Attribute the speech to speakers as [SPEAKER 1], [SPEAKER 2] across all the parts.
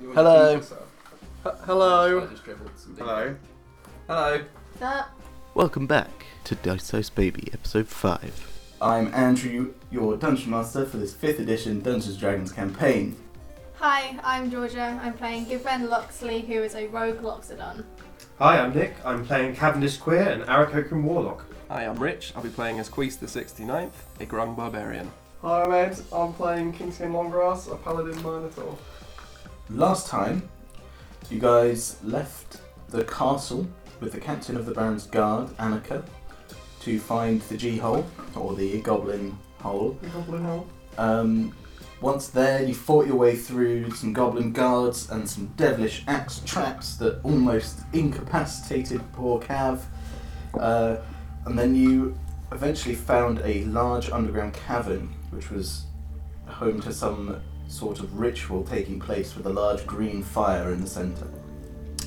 [SPEAKER 1] You wanna
[SPEAKER 2] Hello.
[SPEAKER 1] introduce yourself? I
[SPEAKER 3] Hello.
[SPEAKER 1] just dribbled some big-
[SPEAKER 4] Hello.
[SPEAKER 3] Hello.
[SPEAKER 5] That
[SPEAKER 2] Welcome back to Dice Dice Baby, episode 5.
[SPEAKER 4] I'm Andrew, your Dungeon Master for this 5th edition Dungeons & Dragons campaign.
[SPEAKER 5] hi, I'm Georgia. I'm playing good friend Loxley, who is a rogue Loxodon.
[SPEAKER 6] Hi, I'm Nick. I'm playing Cavendish Queer and Arakokran Warlock.
[SPEAKER 3] Hi, I'm Rich. I'll be playing as Queese the 69th, a Grung Barbarian. Hi, I'm Ed. I'm playing Kingskin Longgrass, a Paladin Minotaur.
[SPEAKER 4] Last time, you guys left the castle with the captain of the Baron's Guard, Annika, to find the G-hole, or the Goblin Hole, Um, once there, you fought your way through some goblin guards and some devilish axe traps that almost incapacitated poor Cav. Uh, and then you eventually found a large underground cavern, which was home to some sort of ritual taking place with a large green fire in the centre.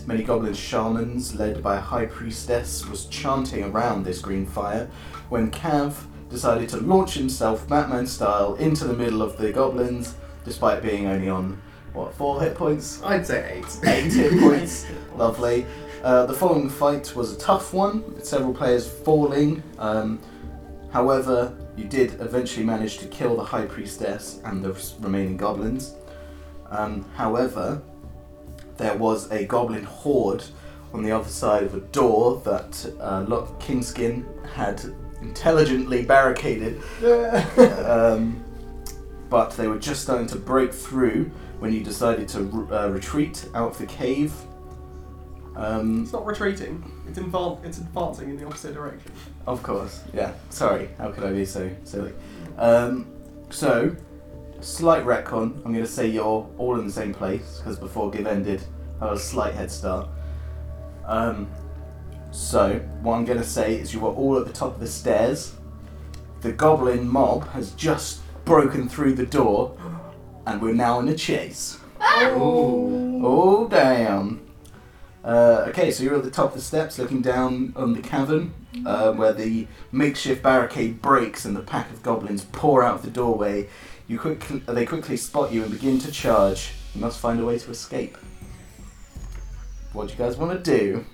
[SPEAKER 4] Many goblin shamans, led by a high priestess, was chanting around this green fire when Cav decided to launch himself Batman style into the middle of the goblins, despite being only on what four hit points,
[SPEAKER 6] I'd say eight.
[SPEAKER 4] eight hit points. Lovely. Uh, the following fight was a tough one, with several players falling. Um, however, you did eventually manage to kill the high priestess and the s- remaining goblins. Um, however, there was a goblin horde on the other side of a door that uh, Lock Kingskin had intelligently barricaded um, but they were just starting to break through when you decided to r- uh, retreat out of the cave. Um,
[SPEAKER 7] It's not retreating. It's invan- It's advancing in the opposite direction.
[SPEAKER 4] of course, yeah. Sorry, how could I be so silly? Um, so, slight retcon. I'm going to say you're all in the same place because before give ended, I had a slight head start. Um, so, what I'm going to say is you were all at the top of the stairs. The goblin mob has just broken through the door, and we're now in a chase. Oh, damn. Uh, okay, so you're at the top of the steps looking down on the cavern uh, where the makeshift barricade breaks and the pack of goblins pour out the doorway. You quickly, They quickly spot you and begin to charge. You must find a way to escape. What do you guys want to do?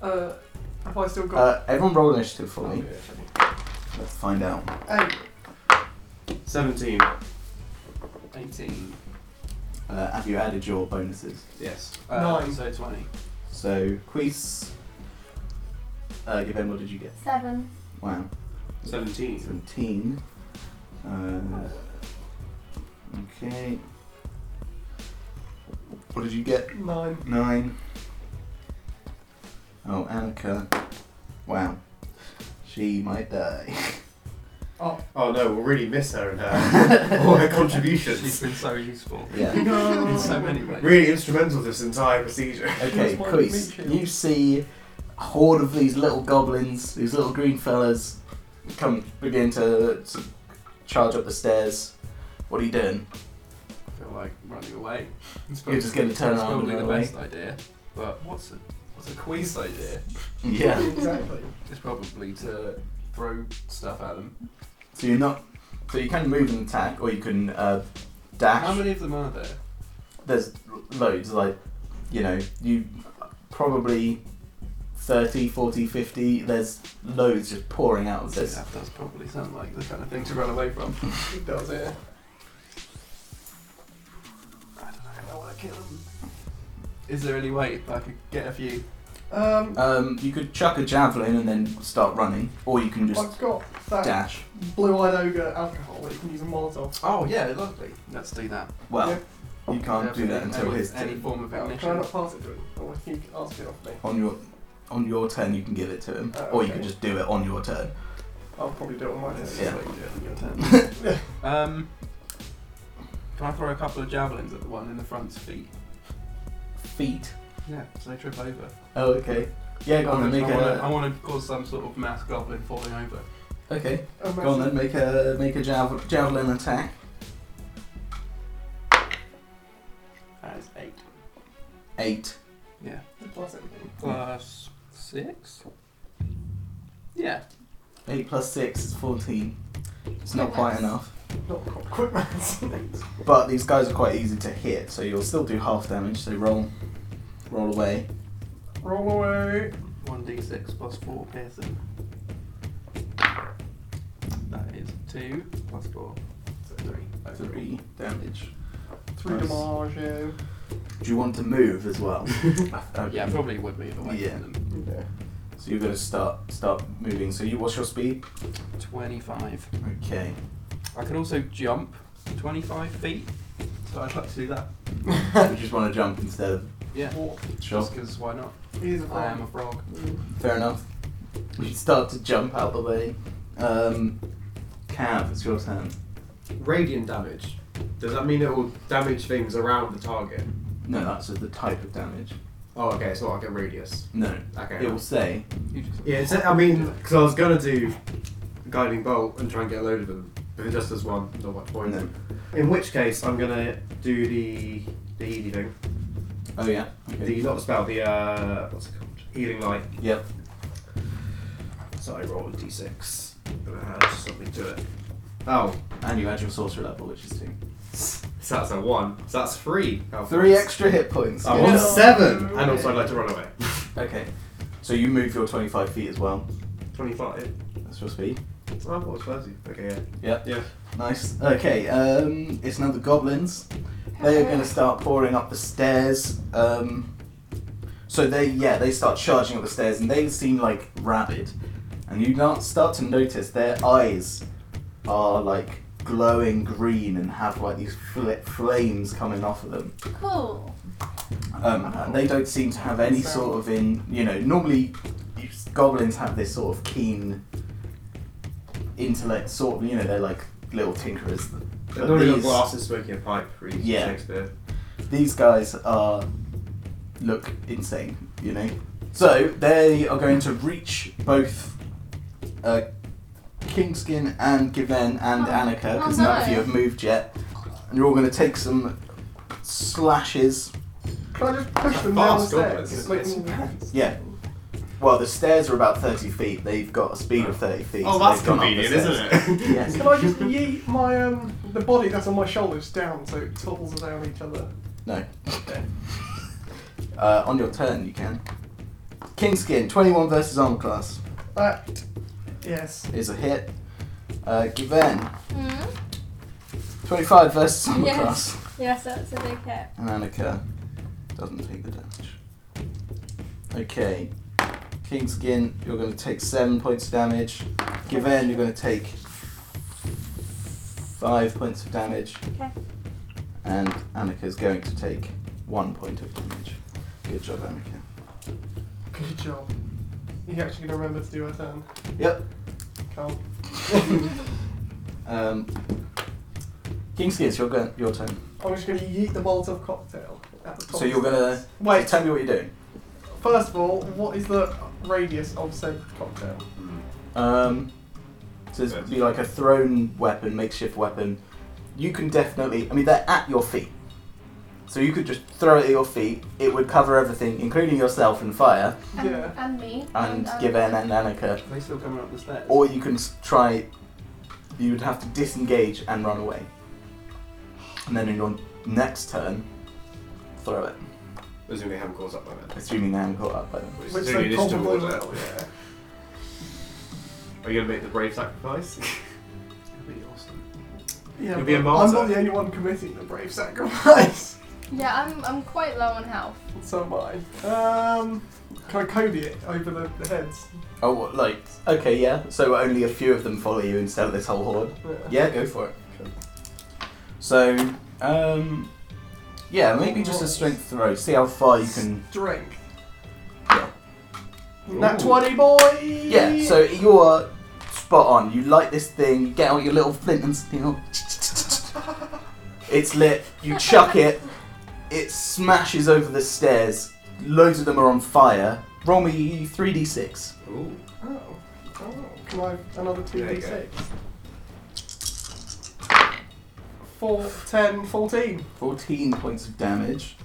[SPEAKER 7] Uh, have I still got?
[SPEAKER 4] Uh, everyone roll initiative for me. Let's find out.
[SPEAKER 6] Eight. Seventeen.
[SPEAKER 1] 18.
[SPEAKER 4] Uh, have you added your bonuses?
[SPEAKER 1] Yes.
[SPEAKER 3] Uh,
[SPEAKER 7] Nine.
[SPEAKER 1] So 20.
[SPEAKER 4] So, Quis. Uh, Given, what did you get?
[SPEAKER 5] Seven.
[SPEAKER 4] Wow.
[SPEAKER 6] Seventeen.
[SPEAKER 4] 17. Uh, okay. What did you get?
[SPEAKER 7] nine.
[SPEAKER 4] Nine. Oh, Annika. Wow. She might die.
[SPEAKER 6] Oh no, we'll really miss her and her, all her
[SPEAKER 3] She's
[SPEAKER 6] contributions.
[SPEAKER 3] been so useful
[SPEAKER 4] Yeah.
[SPEAKER 3] in so many ways.
[SPEAKER 6] Really instrumental to this entire procedure.
[SPEAKER 7] That's
[SPEAKER 4] Okay,
[SPEAKER 7] why we
[SPEAKER 4] Queese,
[SPEAKER 7] meet you.
[SPEAKER 4] you see a horde of these little goblins, these little green fellas, come begin to, to charge up the stairs. What are you doing?
[SPEAKER 3] I feel like running away. It's
[SPEAKER 4] You're just gonna turn
[SPEAKER 3] it's
[SPEAKER 4] around
[SPEAKER 3] probably
[SPEAKER 4] and
[SPEAKER 3] the
[SPEAKER 4] run
[SPEAKER 3] best idea. But what's a, what's a Queese idea?
[SPEAKER 4] Yeah.
[SPEAKER 7] Exactly.
[SPEAKER 3] It's probably to throw stuff at them.
[SPEAKER 4] So you're not. So you can move and attack, or you can uh, dash.
[SPEAKER 3] How many of them are there?
[SPEAKER 4] there's loads like you know you probably 30 40 50 there's loads just pouring out of this
[SPEAKER 3] That does probably sound like the kind of thing to run away from.
[SPEAKER 7] It does. Yeah.
[SPEAKER 3] I don't know how I want to kill them. Is there any way I could get a few?
[SPEAKER 6] Um,
[SPEAKER 4] um, you could chuck a javelin and then start running or you can just
[SPEAKER 7] I've got that
[SPEAKER 4] dash
[SPEAKER 7] blue-eyed ogre alcohol that you can use a Molotov.
[SPEAKER 3] Oh yeah, lovely. Let's do that.
[SPEAKER 4] well you can't do that until
[SPEAKER 3] any,
[SPEAKER 4] his
[SPEAKER 3] any
[SPEAKER 4] turn
[SPEAKER 3] form of
[SPEAKER 7] Can
[SPEAKER 3] ignition.
[SPEAKER 7] I not pass it to him? Or he can ask it off me.
[SPEAKER 4] on your on your turn you can give it to him
[SPEAKER 7] Oh,
[SPEAKER 4] or you
[SPEAKER 7] okay.
[SPEAKER 4] can just do it on your turn
[SPEAKER 7] I'll probably do it on my
[SPEAKER 3] That's
[SPEAKER 7] turn.
[SPEAKER 4] Yeah.
[SPEAKER 3] what you do on your turn. um, can I throw a couple of javelins at the one in the front's feet?
[SPEAKER 4] feet
[SPEAKER 3] Yeah, so they trip over.
[SPEAKER 4] oh okay yeah go on then make
[SPEAKER 3] I, want to, I
[SPEAKER 4] a
[SPEAKER 3] want to cause some sort of mass goblin falling over.
[SPEAKER 4] okay
[SPEAKER 7] Oh,
[SPEAKER 4] go on then make a make a javel, javelin attack
[SPEAKER 3] That is eight.
[SPEAKER 4] eight
[SPEAKER 3] Yeah.
[SPEAKER 7] Plus it.
[SPEAKER 3] Plus six? Yeah.
[SPEAKER 4] eight plus six is 14 it's not quite enough
[SPEAKER 7] not qu- quick rounds. Thanks.
[SPEAKER 4] But these guys are quite easy to hit, so you'll still do half damage. So roll, roll away.
[SPEAKER 7] Roll away.
[SPEAKER 1] 1d6 plus 4 piercing. That is 2 plus 4. So 3.
[SPEAKER 4] Three damage.
[SPEAKER 7] Three
[SPEAKER 4] Nice.
[SPEAKER 7] damage. yeah.
[SPEAKER 4] Do you want to move as well?
[SPEAKER 1] Yeah, probably would move away
[SPEAKER 4] Yeah.
[SPEAKER 1] from them.
[SPEAKER 7] Okay.
[SPEAKER 4] So you're gonna start start moving. So you what's your speed?
[SPEAKER 1] 25.
[SPEAKER 4] Okay.
[SPEAKER 1] I can also jump 25 feet. So I'd like to do that.
[SPEAKER 4] you just want to jump instead of
[SPEAKER 1] Yeah.
[SPEAKER 7] Walk.
[SPEAKER 4] sure.
[SPEAKER 1] Just because why not?
[SPEAKER 7] He's a
[SPEAKER 1] I
[SPEAKER 7] frog.
[SPEAKER 6] Um,
[SPEAKER 1] am a frog.
[SPEAKER 4] Fair enough. You start to jump out the way. Um, Cav, it's your turn.
[SPEAKER 6] Radiant damage. Does that mean it will damage things around the target?
[SPEAKER 4] No, that's just the type of damage.
[SPEAKER 6] Oh, okay, so I get radius.
[SPEAKER 4] No.
[SPEAKER 6] Okay.
[SPEAKER 4] It will say.
[SPEAKER 1] You just
[SPEAKER 6] Yeah, it's, I mean, because I was gonna do guiding bolt and try and get a load of them, but it just does one. Not much point.
[SPEAKER 4] No.
[SPEAKER 6] In which case, I'm gonna do the the healing thing.
[SPEAKER 4] Oh yeah. Okay.
[SPEAKER 6] The not the spell. The uh, what's it called? Healing light.
[SPEAKER 4] Yep.
[SPEAKER 6] So I roll a d6 and add something to it. Oh,
[SPEAKER 4] And you add your sorcerer level, which is two.
[SPEAKER 6] so that's a one. So that's three. health
[SPEAKER 4] Three
[SPEAKER 6] points.
[SPEAKER 4] extra hit points.
[SPEAKER 6] I'm
[SPEAKER 4] Yeah.
[SPEAKER 6] on
[SPEAKER 7] No.
[SPEAKER 6] seven, and also I'd like to run away.
[SPEAKER 4] Oh, Okay. So you move your 25 feet as well.
[SPEAKER 6] Twenty-five.
[SPEAKER 4] That's your speed.
[SPEAKER 6] Oh, I thought it was thirty. Okay, yeah.
[SPEAKER 4] Yep.
[SPEAKER 6] Yeah.
[SPEAKER 4] Nice. Okay. Um, it's now the goblins. They are going to start pouring up the stairs. Um, so they, yeah, they start charging up the stairs, and they seem like rabid. And you not start to notice their eyes are like glowing green and have like these fl- flames coming off of them.
[SPEAKER 5] Cool.
[SPEAKER 4] Um, and they don't seem to have any sort of in you know normally these goblins have this sort of keen intellect sort of you know they're like little tinkerers.
[SPEAKER 6] They've
[SPEAKER 4] But
[SPEAKER 6] normally got
[SPEAKER 4] these-
[SPEAKER 6] glasses smoking a pipe, reading
[SPEAKER 4] Yeah.
[SPEAKER 6] Shakespeare.
[SPEAKER 4] These guys are look insane, you know. So they are going to reach both uh, Kingskin and Given and
[SPEAKER 5] Oh.
[SPEAKER 4] Annika because
[SPEAKER 5] Oh,
[SPEAKER 4] none of
[SPEAKER 5] no.
[SPEAKER 4] you have moved yet, and you're all going to take some slashes
[SPEAKER 7] Can I just push them down the
[SPEAKER 6] Fast
[SPEAKER 7] stairs? Like,
[SPEAKER 6] goblins.
[SPEAKER 4] Yeah. Well, the stairs are about 30 feet. They've got a speed of 30 feet.
[SPEAKER 6] Oh,
[SPEAKER 4] so they've gone up the stairs.
[SPEAKER 6] it?
[SPEAKER 4] Yes.
[SPEAKER 7] Can I just yeet my um the body that's on my shoulders down so it topples down each other?
[SPEAKER 4] No. Uh, on your turn, you can. Kingskin, 21 versus armor class,
[SPEAKER 7] That yes.
[SPEAKER 4] is a hit. Uh, Given,
[SPEAKER 5] Hmm?
[SPEAKER 4] 25 versus armor
[SPEAKER 5] Yes.
[SPEAKER 4] class.
[SPEAKER 5] Yes, that's a big hit.
[SPEAKER 4] And Annika doesn't take the damage. Okay. Kingskin, you're going to take 7 points of damage. Given, you're going to take 5 points of damage.
[SPEAKER 5] Okay.
[SPEAKER 4] And Annika's going to take 1 point of damage. Good job, Annika.
[SPEAKER 7] Good job. You're actually gonna remember to do a turn.
[SPEAKER 4] Yep.
[SPEAKER 7] Cal.
[SPEAKER 4] Um, Kingskin, it's your, go- your turn.
[SPEAKER 7] I'm just gonna yeet the Molotov cocktail at the top.
[SPEAKER 4] So you're going to. Wait, tell me what you're doing.
[SPEAKER 7] First of all, what is the radius of said cocktail?
[SPEAKER 4] Um, so this would be like a thrown weapon, makeshift weapon. You can definitely, I mean, they're at your feet. So you could just throw it at your feet. It would cover everything, including yourself and fire,
[SPEAKER 6] Um,
[SPEAKER 5] And,
[SPEAKER 7] Yeah.
[SPEAKER 5] and um, me.
[SPEAKER 4] and give N and Annika.
[SPEAKER 1] Are they still coming up the stairs?
[SPEAKER 4] Or you can s- try. You would have to disengage and run away. And then in your next turn, throw it.
[SPEAKER 6] Presumably haven't caught up by then.
[SPEAKER 4] Assuming they haven't caught up by then.
[SPEAKER 7] Which they
[SPEAKER 6] is
[SPEAKER 7] probably
[SPEAKER 6] towards
[SPEAKER 7] will,
[SPEAKER 6] it.
[SPEAKER 7] yeah.
[SPEAKER 6] Are you going to make the brave sacrifice?
[SPEAKER 1] That'd be awesome.
[SPEAKER 7] Yeah,
[SPEAKER 6] You'll be a
[SPEAKER 7] but I'm not
[SPEAKER 6] martyr.
[SPEAKER 7] the only one committing the brave sacrifice.
[SPEAKER 5] Yeah, I'm, I'm quite low on health.
[SPEAKER 7] so am I. Um, can I Kobe it over the, the heads?
[SPEAKER 4] Oh, what, like, okay, yeah. So only a few of them follow you instead of this whole horde. Yeah, go for it.
[SPEAKER 7] Sure.
[SPEAKER 4] So, um, yeah, maybe just a strength throw. See how far you can.
[SPEAKER 7] Strength.
[SPEAKER 4] Yeah.
[SPEAKER 7] Nat
[SPEAKER 6] Ooh.
[SPEAKER 7] 20, boy!
[SPEAKER 4] Yeah. So you are spot on. You light this thing. You get out your little flint and steel. It's lit. You chuck it. It smashes over the stairs. Loads of them are on fire. Roll me three d six.
[SPEAKER 6] Ooh.
[SPEAKER 7] Oh. Oh. Can I have another
[SPEAKER 6] There you go.
[SPEAKER 7] 2d6? 4, 10, 14.
[SPEAKER 4] Fourteen points of damage.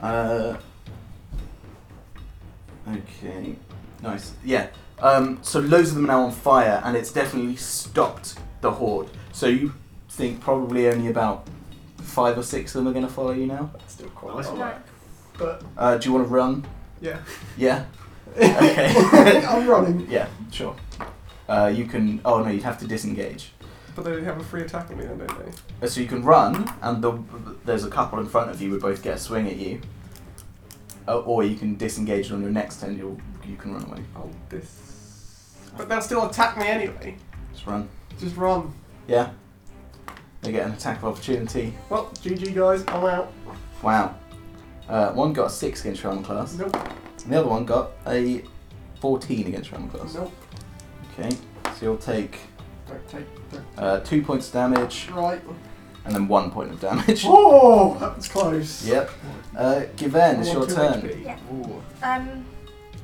[SPEAKER 4] Uh. Okay. Nice. Yeah. Um, so loads of them are now on fire, and it's definitely stopped the horde. So you think probably only about five or six of them are going to follow you now.
[SPEAKER 7] That's still quite
[SPEAKER 6] Nice
[SPEAKER 7] a lot.
[SPEAKER 5] No.
[SPEAKER 7] But
[SPEAKER 4] Uh, do you want to run?
[SPEAKER 7] yeah,
[SPEAKER 4] Yeah. Okay.
[SPEAKER 7] I'm running.
[SPEAKER 4] yeah. Sure. Uh, you can. Oh no, you'd have to disengage.
[SPEAKER 7] But they have a free attack on me then, don't they?
[SPEAKER 4] Uh, So you can run, and the, there's a couple in front of you would both get a swing at you. Uh, or you can disengage and on your next turn. You'll, you can run away.
[SPEAKER 7] Oh, this. But they'll still attack me anyway.
[SPEAKER 4] Just run.
[SPEAKER 7] Just run.
[SPEAKER 4] Yeah. They get an attack of opportunity.
[SPEAKER 7] Well, GG guys, I'm out.
[SPEAKER 4] Wow. Uh, one got a six against your armor class.
[SPEAKER 7] Nope,
[SPEAKER 4] And the other one got a 14 against your armor class.
[SPEAKER 7] nope.
[SPEAKER 4] Okay, so you'll take
[SPEAKER 7] Don't take. Don't.
[SPEAKER 4] uh, two points of damage
[SPEAKER 7] Right.
[SPEAKER 4] and then one point of damage.
[SPEAKER 7] Oh, that was close.
[SPEAKER 4] Yep. Uh, Given, it's
[SPEAKER 7] I
[SPEAKER 4] your
[SPEAKER 7] want two
[SPEAKER 4] turn.
[SPEAKER 7] HP.
[SPEAKER 5] Yeah.
[SPEAKER 1] Ooh.
[SPEAKER 5] Um,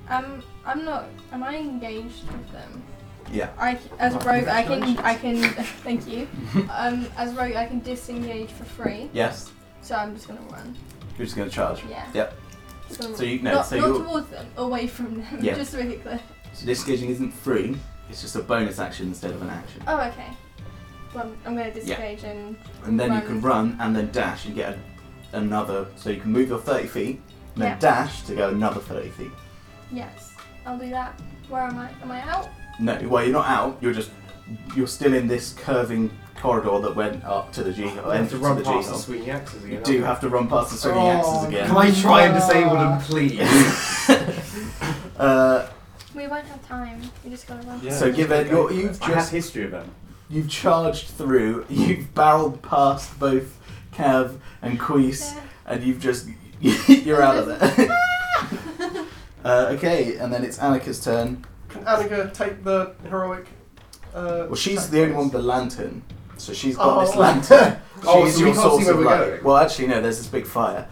[SPEAKER 5] um, I'm not. Am I engaged with them?
[SPEAKER 4] Yeah.
[SPEAKER 5] I c- as a
[SPEAKER 1] Right,
[SPEAKER 5] rogue, I can,
[SPEAKER 1] congratulations.
[SPEAKER 5] I can. thank you. Um, as a rogue, I can disengage for free.
[SPEAKER 4] Yes.
[SPEAKER 5] So I'm just gonna run.
[SPEAKER 4] You're just going to charge.
[SPEAKER 5] Yeah.
[SPEAKER 4] Yep.
[SPEAKER 5] Just gonna
[SPEAKER 4] So
[SPEAKER 5] run.
[SPEAKER 4] you- no,
[SPEAKER 5] not,
[SPEAKER 4] so
[SPEAKER 5] not
[SPEAKER 4] you're-
[SPEAKER 5] towards them, away from them.
[SPEAKER 4] Yeah.
[SPEAKER 5] just to make it clear.
[SPEAKER 4] So disengaging isn't free, it's just a bonus action instead of an action.
[SPEAKER 5] Oh, okay. Well, I'm- I'm gonna disengage and
[SPEAKER 4] And then you can run and then dash and get a, another. So you can move your 30 feet and then
[SPEAKER 5] Yeah.
[SPEAKER 4] dash to go another 30 feet.
[SPEAKER 5] yes, I'll do that. Where am I? Am I out?
[SPEAKER 4] No, well, you're not out, you're just. You're still in this curving corridor that went up to the G.
[SPEAKER 6] You have to
[SPEAKER 4] entrance
[SPEAKER 6] run
[SPEAKER 4] the G
[SPEAKER 6] past the
[SPEAKER 4] hole.
[SPEAKER 6] swinging axes again.
[SPEAKER 4] You do have to run past the swinging axes
[SPEAKER 7] Oh,
[SPEAKER 4] again.
[SPEAKER 6] Can I try and disable them, please?
[SPEAKER 4] uh,
[SPEAKER 5] We won't have time. We just gotta run.
[SPEAKER 1] Yeah,
[SPEAKER 4] so
[SPEAKER 1] just
[SPEAKER 4] give it.
[SPEAKER 1] go
[SPEAKER 4] You're,
[SPEAKER 1] for
[SPEAKER 4] you've
[SPEAKER 6] I have
[SPEAKER 4] just
[SPEAKER 6] history of them.
[SPEAKER 4] you've charged through. You've barreled past both Cav and Quees,
[SPEAKER 5] There.
[SPEAKER 4] and you've just you're out of there. uh, okay, and then it's Annika's turn.
[SPEAKER 7] Can Annika take the heroic? Uh,
[SPEAKER 4] Well, she's
[SPEAKER 7] attack,
[SPEAKER 4] the only
[SPEAKER 7] please?
[SPEAKER 4] one with the lantern, so she's got this
[SPEAKER 7] Oh.
[SPEAKER 4] lantern. She's
[SPEAKER 6] Oh, so we
[SPEAKER 4] your
[SPEAKER 6] can't see
[SPEAKER 4] source
[SPEAKER 6] where
[SPEAKER 4] of
[SPEAKER 6] we're
[SPEAKER 4] light.
[SPEAKER 6] going.
[SPEAKER 4] Well, actually, no. There's this big fire.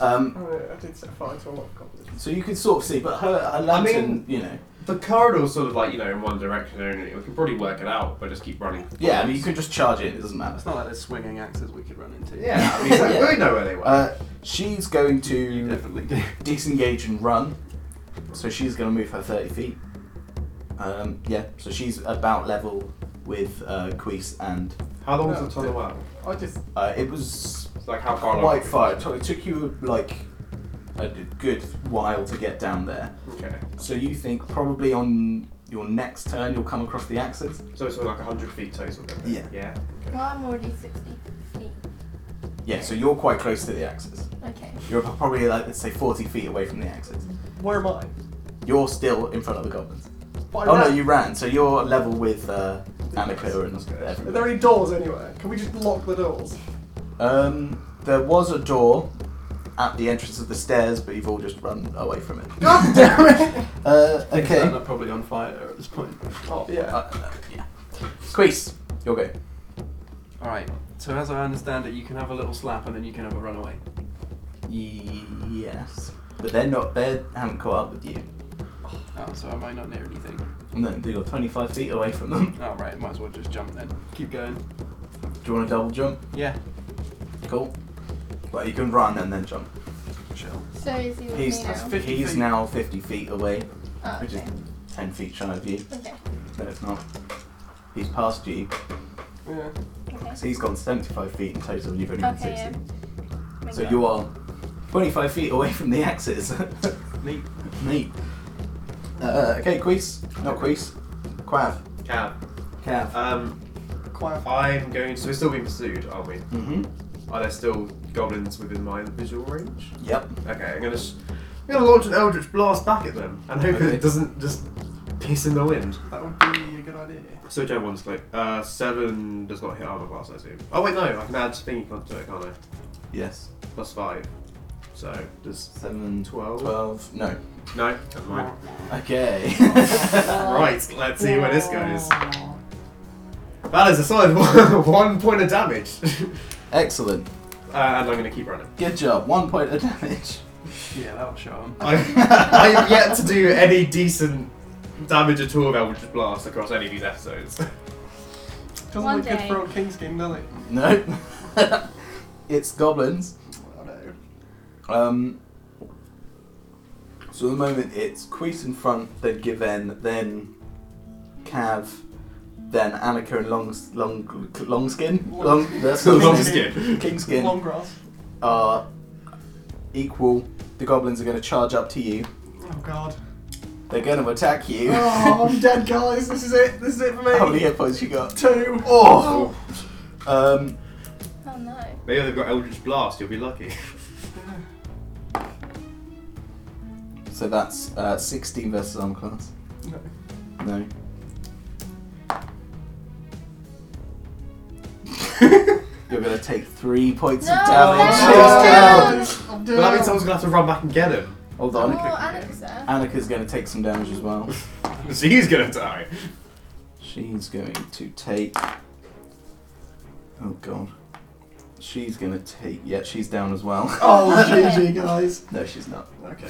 [SPEAKER 4] Um,
[SPEAKER 7] Oh, yeah, I did set fire to a lot of goblins.
[SPEAKER 4] so you can sort of see, but her, her
[SPEAKER 6] I
[SPEAKER 4] lantern,
[SPEAKER 6] mean-
[SPEAKER 4] you know.
[SPEAKER 6] The corridor's sort of like, you know, in one direction only. We could probably work it out, but just keep running.
[SPEAKER 4] Yeah, I mean, you can just charge it. It doesn't matter.
[SPEAKER 1] It's not like there's swinging axes we could run into.
[SPEAKER 6] Yeah, I mean, exactly.
[SPEAKER 4] Yeah.
[SPEAKER 6] we know where they were.
[SPEAKER 4] Uh, she's going
[SPEAKER 1] You
[SPEAKER 4] to
[SPEAKER 1] definitely do.
[SPEAKER 4] disengage and run. So she's going to move her 30 feet. Um, yeah, so she's about level with uh, Queese and
[SPEAKER 6] how long was
[SPEAKER 7] no,
[SPEAKER 6] the tunnel out?
[SPEAKER 7] I just
[SPEAKER 4] uh, it was
[SPEAKER 6] It's like how far along?
[SPEAKER 4] quite far. It took- it took you like a good while to get down there.
[SPEAKER 6] Okay.
[SPEAKER 4] So you think probably on your next turn you'll come across the axis?
[SPEAKER 6] So it's sort of like 100 feet total then?
[SPEAKER 4] Yeah.
[SPEAKER 6] Yeah.
[SPEAKER 5] Well, I'm already sixty feet.
[SPEAKER 4] Yeah, so you're quite close to the axis.
[SPEAKER 5] Okay.
[SPEAKER 4] You're probably like let's say 40 feet away from the axis.
[SPEAKER 7] where am I?
[SPEAKER 4] You're still in front of the goblins.
[SPEAKER 7] But I
[SPEAKER 4] Oh no,
[SPEAKER 7] ran.
[SPEAKER 4] you ran. So you're level with uh, Annika and
[SPEAKER 7] Are
[SPEAKER 4] everyone.
[SPEAKER 7] there any doors anywhere? Can we just lock the doors?
[SPEAKER 4] Um, there was a door at the entrance of the stairs, but you've all just run away from it.
[SPEAKER 7] God damn it!
[SPEAKER 4] Uh,
[SPEAKER 1] And
[SPEAKER 4] okay.
[SPEAKER 1] they're probably on fire at this point.
[SPEAKER 7] Oh yeah.
[SPEAKER 4] Uh, yeah. Squeeze. You'll go.
[SPEAKER 1] All right. So as I understand it, you can have a little slap and then you can have a runaway.
[SPEAKER 4] Yes. But they're not. They haven't caught up with you.
[SPEAKER 1] Oh, so am I not near anything?
[SPEAKER 4] No, you're 25 feet away from them.
[SPEAKER 1] All right. Might as well just jump then. Keep going.
[SPEAKER 4] Do you want to double jump?
[SPEAKER 1] Yeah.
[SPEAKER 4] Cool. Well, you can run and then jump.
[SPEAKER 1] Chill.
[SPEAKER 5] So is he with
[SPEAKER 4] He's
[SPEAKER 5] me now?
[SPEAKER 4] he's
[SPEAKER 1] feet.
[SPEAKER 4] now 50 feet away,
[SPEAKER 5] Oh,
[SPEAKER 4] which is
[SPEAKER 5] okay.
[SPEAKER 4] 10 feet shy of you.
[SPEAKER 5] Okay.
[SPEAKER 4] But it's not. He's past you.
[SPEAKER 7] Yeah.
[SPEAKER 5] Okay.
[SPEAKER 4] So he's gone 75 feet in total, and you've only gone
[SPEAKER 5] Okay,
[SPEAKER 4] 60.
[SPEAKER 5] Make
[SPEAKER 4] So
[SPEAKER 5] it.
[SPEAKER 4] you are 25 feet away from the axes.
[SPEAKER 1] Neat.
[SPEAKER 4] Neat. Uh, okay, Quees. Not Quees. Quav.
[SPEAKER 6] Cab.
[SPEAKER 4] Cav.
[SPEAKER 6] Um,
[SPEAKER 7] Quiet.
[SPEAKER 6] I'm going to. We're still being pursued, aren't we?
[SPEAKER 4] Mm-hmm.
[SPEAKER 6] Are there still goblins within my visual range?
[SPEAKER 4] Yep.
[SPEAKER 6] Okay, I'm gonna. Sh- I'm gonna launch an eldritch blast back at them and hope that
[SPEAKER 4] Okay.
[SPEAKER 6] it doesn't just piss in the wind.
[SPEAKER 7] That would be a good idea.
[SPEAKER 6] So Joe one's like uh, seven does not hit armor class, I assume. Oh wait, no, I can add thingy plus to it, can't I?
[SPEAKER 4] Yes.
[SPEAKER 6] Plus five. So does
[SPEAKER 4] 7,
[SPEAKER 6] 12.
[SPEAKER 4] 12. No.
[SPEAKER 6] no, never mind.
[SPEAKER 4] Okay.
[SPEAKER 6] Right, let's see where this goes. That is a solid one, one point of damage, uh,
[SPEAKER 4] Excellent.
[SPEAKER 6] and I'm gonna keep running.
[SPEAKER 4] Good job. One point of damage.
[SPEAKER 1] Yeah, that'll show 'em.
[SPEAKER 6] I, I have yet to do any decent damage at all of Eldritch Blast across any of these episodes.
[SPEAKER 7] Doesn't
[SPEAKER 5] One
[SPEAKER 7] look
[SPEAKER 5] day.
[SPEAKER 7] good for old King's game, does it?
[SPEAKER 4] No. it's goblins.
[SPEAKER 7] I know.
[SPEAKER 4] Um, so at the moment it's Queet in front, then Given, then Cav, Then Annika and Long Long Longskin
[SPEAKER 7] Long-
[SPEAKER 4] Long that's not
[SPEAKER 6] Longskin.
[SPEAKER 4] Kingskin
[SPEAKER 7] Long grass.
[SPEAKER 4] are equal. The goblins are going to charge up to you.
[SPEAKER 7] Oh god.
[SPEAKER 4] They're going to attack you.
[SPEAKER 7] Oh, I'm dead, guys. This is it. This is it for me.
[SPEAKER 4] How many hit points you got?
[SPEAKER 7] Two.
[SPEAKER 4] Oh. Um,
[SPEAKER 5] Oh no.
[SPEAKER 6] Maybe they've got Eldritch Blast, you'll be lucky.
[SPEAKER 4] so that's uh, 16 versus arm class.
[SPEAKER 7] No.
[SPEAKER 4] No. You're going to take three points
[SPEAKER 5] No, no,
[SPEAKER 4] of damage.
[SPEAKER 7] Oh, I'm
[SPEAKER 6] But that means
[SPEAKER 7] down.
[SPEAKER 6] someone's gonna have to run back and get him.
[SPEAKER 4] Hold
[SPEAKER 5] Oh,
[SPEAKER 4] on.
[SPEAKER 5] Annika's there.
[SPEAKER 4] Annika's going to take some damage as well.
[SPEAKER 6] So he's gonna die.
[SPEAKER 4] She's going to take. Oh god. She's gonna take. Yeah, she's down as well.
[SPEAKER 7] Oh, GG, guys.
[SPEAKER 4] no, she's not.
[SPEAKER 7] Okay.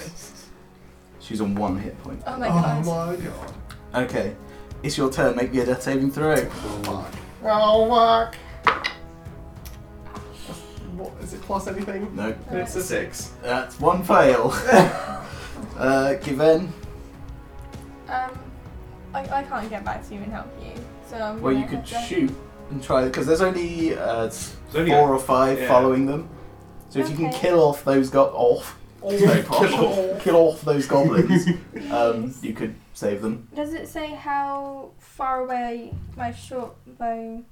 [SPEAKER 4] She's on one hit point.
[SPEAKER 5] Oh my
[SPEAKER 7] Oh
[SPEAKER 5] god.
[SPEAKER 7] my god.
[SPEAKER 4] Okay, it's your turn. Make me a death saving throw.
[SPEAKER 7] Oh, fuck. What, is it plus anything?
[SPEAKER 4] No,
[SPEAKER 6] It's a six.
[SPEAKER 4] that's one fail. uh, Given.
[SPEAKER 5] Um, I, I can't get back to you and help you. So I'm
[SPEAKER 4] Well, you
[SPEAKER 5] gonna
[SPEAKER 4] could
[SPEAKER 5] have to-
[SPEAKER 4] shoot and try because there's only uh, s-
[SPEAKER 6] There's only
[SPEAKER 4] four or five
[SPEAKER 6] yeah.
[SPEAKER 4] following them. So if you can
[SPEAKER 5] Okay.
[SPEAKER 4] kill off those go off,
[SPEAKER 7] Oh,
[SPEAKER 4] Sorry,
[SPEAKER 6] off.
[SPEAKER 4] kill off those goblins, um, you could save them.
[SPEAKER 5] Does it say how far away my short bow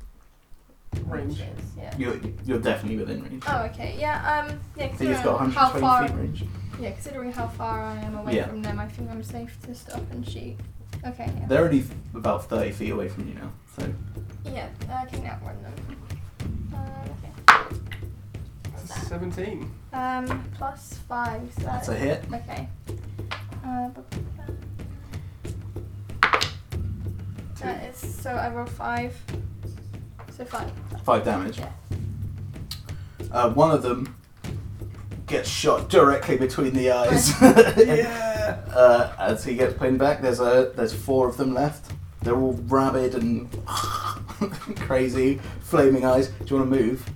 [SPEAKER 7] Range.
[SPEAKER 5] is? Yeah.
[SPEAKER 4] You're, you're definitely within range.
[SPEAKER 5] Oh, okay. Yeah. Um. Yeah.
[SPEAKER 4] So you've
[SPEAKER 5] Considering
[SPEAKER 4] got
[SPEAKER 5] how
[SPEAKER 4] 120
[SPEAKER 5] far?
[SPEAKER 4] feet range.
[SPEAKER 5] Yeah. Considering how far I am away
[SPEAKER 4] Yeah.
[SPEAKER 5] from them, I think I'm safe to stop and shoot. Okay. Yeah.
[SPEAKER 4] They're only f- about 30 feet away from you now. So
[SPEAKER 5] Yeah. I can outrun them. Um, okay.
[SPEAKER 7] 17.
[SPEAKER 5] Um. Plus five. So
[SPEAKER 4] that's a hit.
[SPEAKER 5] Okay. Uh, bu- bu- bu- that is so I roll five. So five.
[SPEAKER 4] Five damage.
[SPEAKER 5] Yeah.
[SPEAKER 4] Uh, one of them gets shot directly between the eyes.
[SPEAKER 7] Yeah.
[SPEAKER 4] uh, as he gets pinned back, there's a there's four of them left. They're all rabid and crazy, flaming eyes. Do you want to move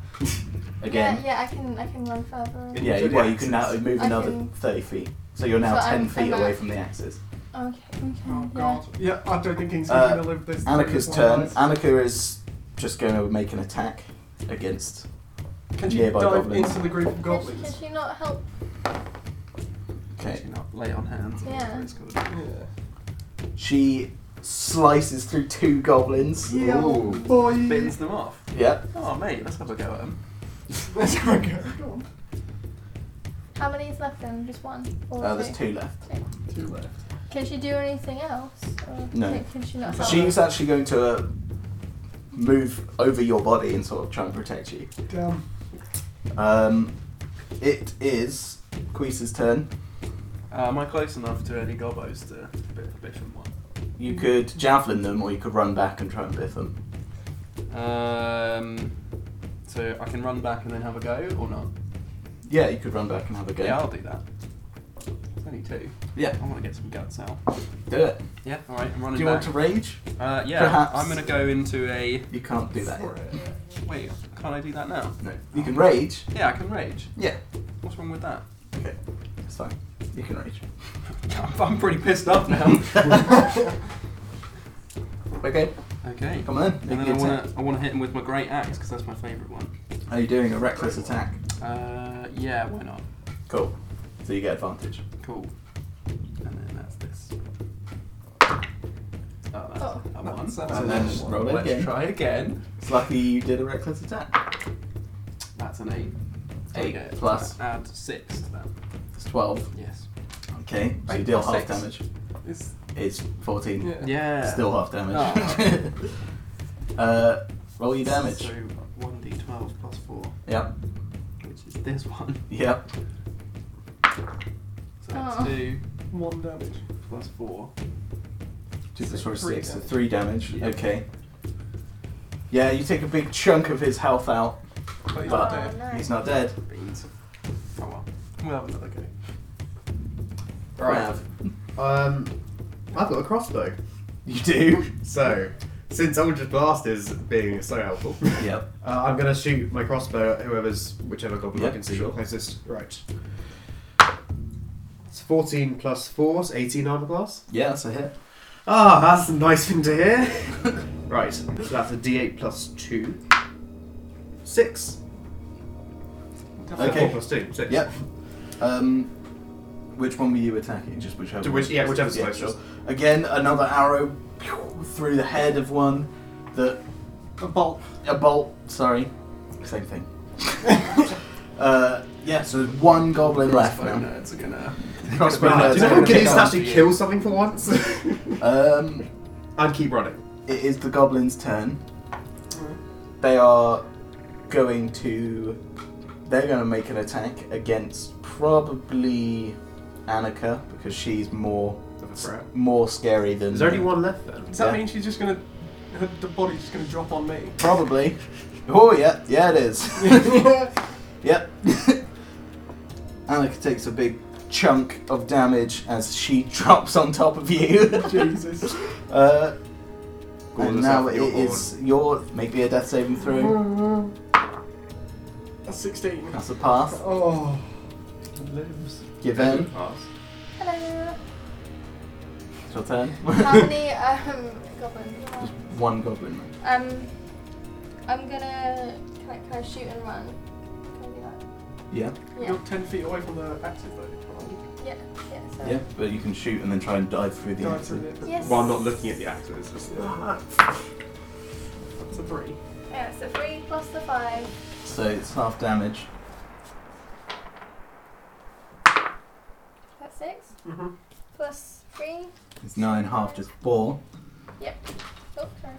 [SPEAKER 4] again?
[SPEAKER 5] Yeah, yeah, I can I can run further.
[SPEAKER 6] Yeah.
[SPEAKER 4] Yeah, you, well, you can now move
[SPEAKER 5] I
[SPEAKER 4] another
[SPEAKER 5] can-
[SPEAKER 4] 30 feet. So you're now
[SPEAKER 5] So
[SPEAKER 4] 10
[SPEAKER 5] I'm-
[SPEAKER 4] feet
[SPEAKER 5] I'm
[SPEAKER 4] away
[SPEAKER 5] out.
[SPEAKER 4] from the axis.
[SPEAKER 5] Okay. Okay.
[SPEAKER 7] Oh,
[SPEAKER 5] yeah.
[SPEAKER 7] God. Yeah, I don't think he's
[SPEAKER 4] Uh,
[SPEAKER 7] going to live this.
[SPEAKER 4] Annika's
[SPEAKER 7] this
[SPEAKER 4] turn.
[SPEAKER 7] long, guys.
[SPEAKER 4] Annika is just going to make an attack against.
[SPEAKER 7] Can you dive
[SPEAKER 4] nearby goblins.
[SPEAKER 7] into the group of
[SPEAKER 5] Can she, can
[SPEAKER 7] goblins?
[SPEAKER 5] she not help?
[SPEAKER 4] Okay.
[SPEAKER 1] Actually not lay on hands.
[SPEAKER 5] Yeah.
[SPEAKER 1] It's good.
[SPEAKER 7] Yeah.
[SPEAKER 4] She slices through two goblins.
[SPEAKER 7] Yeah,
[SPEAKER 1] Ooh.
[SPEAKER 7] boy.
[SPEAKER 1] Bins them off.
[SPEAKER 4] Yep.
[SPEAKER 1] Oh mate, let's have a go at them.
[SPEAKER 7] Let's have a go. Go on.
[SPEAKER 5] How many is left then? Just one. Or
[SPEAKER 4] Uh, there's two left.
[SPEAKER 7] Two left.
[SPEAKER 5] Can she do anything else? Or
[SPEAKER 4] No.
[SPEAKER 5] Can, can she not help?
[SPEAKER 4] She's actually going to uh, move over your body and sort of try and protect you.
[SPEAKER 7] Damn.
[SPEAKER 4] Um, it is Queese's turn.
[SPEAKER 1] Uh, am I close enough to any gobos to bit biff and one?
[SPEAKER 4] You could javelin them or you could run back and try and biff them.
[SPEAKER 1] Um, so I can run back and then have a go or not?
[SPEAKER 4] Yeah, you could run back and have a go.
[SPEAKER 1] Yeah, I'll do that. It's only two.
[SPEAKER 4] Yeah.
[SPEAKER 1] I want to get some guts out.
[SPEAKER 4] Do it.
[SPEAKER 1] Yeah, all right. I'm running
[SPEAKER 4] Do you want
[SPEAKER 1] back.
[SPEAKER 4] to rage?
[SPEAKER 1] uh, yeah,
[SPEAKER 4] perhaps-
[SPEAKER 1] I'm gonna go into a.
[SPEAKER 4] You can't do that.
[SPEAKER 1] Wait, can't I do that now?
[SPEAKER 4] No. You can rage.
[SPEAKER 1] Yeah, I can rage.
[SPEAKER 4] Yeah.
[SPEAKER 1] What's wrong with that?
[SPEAKER 4] Okay. It's fine. You can rage.
[SPEAKER 1] I'm pretty pissed off now.
[SPEAKER 4] Okay.
[SPEAKER 1] okay.
[SPEAKER 4] Come on.
[SPEAKER 1] And
[SPEAKER 4] Make
[SPEAKER 1] then
[SPEAKER 4] the
[SPEAKER 1] I want
[SPEAKER 4] attack.
[SPEAKER 1] to I want to hit him with my great axe because that's my favourite one.
[SPEAKER 4] Are you doing a reckless attack?
[SPEAKER 1] Uh, yeah, why not?
[SPEAKER 4] Cool. So you get advantage.
[SPEAKER 1] Cool. And then that's this. Oh, that's
[SPEAKER 5] Oh.
[SPEAKER 1] a one.
[SPEAKER 7] That's-
[SPEAKER 4] that's a
[SPEAKER 1] And
[SPEAKER 4] one.
[SPEAKER 1] then
[SPEAKER 4] Just roll it
[SPEAKER 1] let's
[SPEAKER 4] again.
[SPEAKER 1] try again.
[SPEAKER 4] It's lucky you did a reckless attack.
[SPEAKER 1] That's an eight.
[SPEAKER 4] Eight
[SPEAKER 1] Okay,
[SPEAKER 4] plus.
[SPEAKER 1] so Add six to that.
[SPEAKER 4] It's 12.
[SPEAKER 1] Yes.
[SPEAKER 4] Okay. So you
[SPEAKER 1] Eight
[SPEAKER 4] deal
[SPEAKER 1] plus
[SPEAKER 4] half
[SPEAKER 1] six.
[SPEAKER 4] damage.
[SPEAKER 7] It's,
[SPEAKER 4] It's 14.
[SPEAKER 7] yeah.
[SPEAKER 1] Yeah.
[SPEAKER 4] Still half damage. uh, roll your
[SPEAKER 1] So
[SPEAKER 4] damage.
[SPEAKER 1] one d twelve plus four,
[SPEAKER 4] Yep.
[SPEAKER 1] which is this one.
[SPEAKER 4] Yep.
[SPEAKER 1] So that's
[SPEAKER 5] Oh.
[SPEAKER 1] two
[SPEAKER 7] One damage.
[SPEAKER 1] plus four.
[SPEAKER 4] Two plus
[SPEAKER 7] Six.
[SPEAKER 4] four is
[SPEAKER 7] Three
[SPEAKER 4] six. So
[SPEAKER 7] damage.
[SPEAKER 4] three damage.
[SPEAKER 1] Yeah.
[SPEAKER 4] Okay. Yeah, you take a big chunk of his health out,
[SPEAKER 7] But
[SPEAKER 5] Oh,
[SPEAKER 7] he's
[SPEAKER 4] but
[SPEAKER 7] not dead.
[SPEAKER 5] no.
[SPEAKER 4] he's not dead.
[SPEAKER 1] Beans. Oh well. We'll have another go.
[SPEAKER 6] Right. Um, I've got a crossbow.
[SPEAKER 4] You do.
[SPEAKER 6] So, since Eldritch Blast is being so helpful,
[SPEAKER 4] Yep.
[SPEAKER 6] uh, I'm gonna shoot my crossbow at whoever's whichever goblin
[SPEAKER 4] Yeah,
[SPEAKER 6] I can see
[SPEAKER 4] sure.
[SPEAKER 6] closest. Right. It's 14 plus 4, so 18 armor class.
[SPEAKER 4] Yeah, that's a hit.
[SPEAKER 6] Ah, that's a nice thing to hear. Right, so that's a d8 plus 2. 6.
[SPEAKER 4] Okay.
[SPEAKER 6] 4 plus 2, 6.
[SPEAKER 4] Yep. Um, which one were you attacking? Just whichever.
[SPEAKER 6] To which- yeah, whichever's closest.
[SPEAKER 4] Again, another arrow pew, through the head of one. That
[SPEAKER 7] A bolt.
[SPEAKER 4] a bolt. Sorry, same thing. uh, yeah. So there's one goblin left
[SPEAKER 3] Phone
[SPEAKER 4] now.
[SPEAKER 3] nerds are gonna.
[SPEAKER 4] Crossbow
[SPEAKER 6] Wow,
[SPEAKER 4] nerds
[SPEAKER 6] do you
[SPEAKER 4] are gonna
[SPEAKER 6] know how good it
[SPEAKER 4] kick
[SPEAKER 6] is to
[SPEAKER 4] on.
[SPEAKER 6] actually kill something for once?
[SPEAKER 4] Um,
[SPEAKER 6] I'd keep running.
[SPEAKER 4] it is the goblin's turn. They are going to. They're going to make an attack against probably Annika because she's more
[SPEAKER 6] Of a threat.
[SPEAKER 4] more scary than.
[SPEAKER 6] There's only one left then.
[SPEAKER 7] Does that
[SPEAKER 4] Yeah.
[SPEAKER 7] mean she's just gonna. Her, the body's just gonna drop on me?
[SPEAKER 4] Probably. Oh yeah, yeah it is. yep. Annika takes a big chunk of damage as she drops on top of you.
[SPEAKER 7] Jesus.
[SPEAKER 4] Uh,
[SPEAKER 6] Call
[SPEAKER 4] and
[SPEAKER 6] yourself
[SPEAKER 4] now
[SPEAKER 6] at
[SPEAKER 4] it
[SPEAKER 6] your
[SPEAKER 4] is your maybe a death saving throw.
[SPEAKER 7] That's 16.
[SPEAKER 4] That's a pass.
[SPEAKER 7] Oh.
[SPEAKER 1] Lives.
[SPEAKER 4] Give in.
[SPEAKER 1] Pass.
[SPEAKER 5] Hello.
[SPEAKER 4] It's your turn.
[SPEAKER 5] How many um, goblins? Are
[SPEAKER 4] Just one goblin.
[SPEAKER 5] there? Um, I'm gonna. Can I, can I shoot and run? Can I do that?
[SPEAKER 4] Yeah.
[SPEAKER 5] Yeah.
[SPEAKER 7] You're 10 feet away from the active though.
[SPEAKER 5] Yeah. Yeah. So.
[SPEAKER 4] Yeah. But you can shoot and then try and dive through the
[SPEAKER 7] Dive
[SPEAKER 4] axle.
[SPEAKER 7] through the-
[SPEAKER 5] Yes.
[SPEAKER 6] While not looking at the actor, it's just.
[SPEAKER 7] Ah. That's a 3.
[SPEAKER 5] Yeah. So three plus the five.
[SPEAKER 4] So it's half damage.
[SPEAKER 5] That's six.
[SPEAKER 7] Mm-hmm.
[SPEAKER 5] Plus three.
[SPEAKER 4] It's nine half just four.
[SPEAKER 5] Oh, sorry.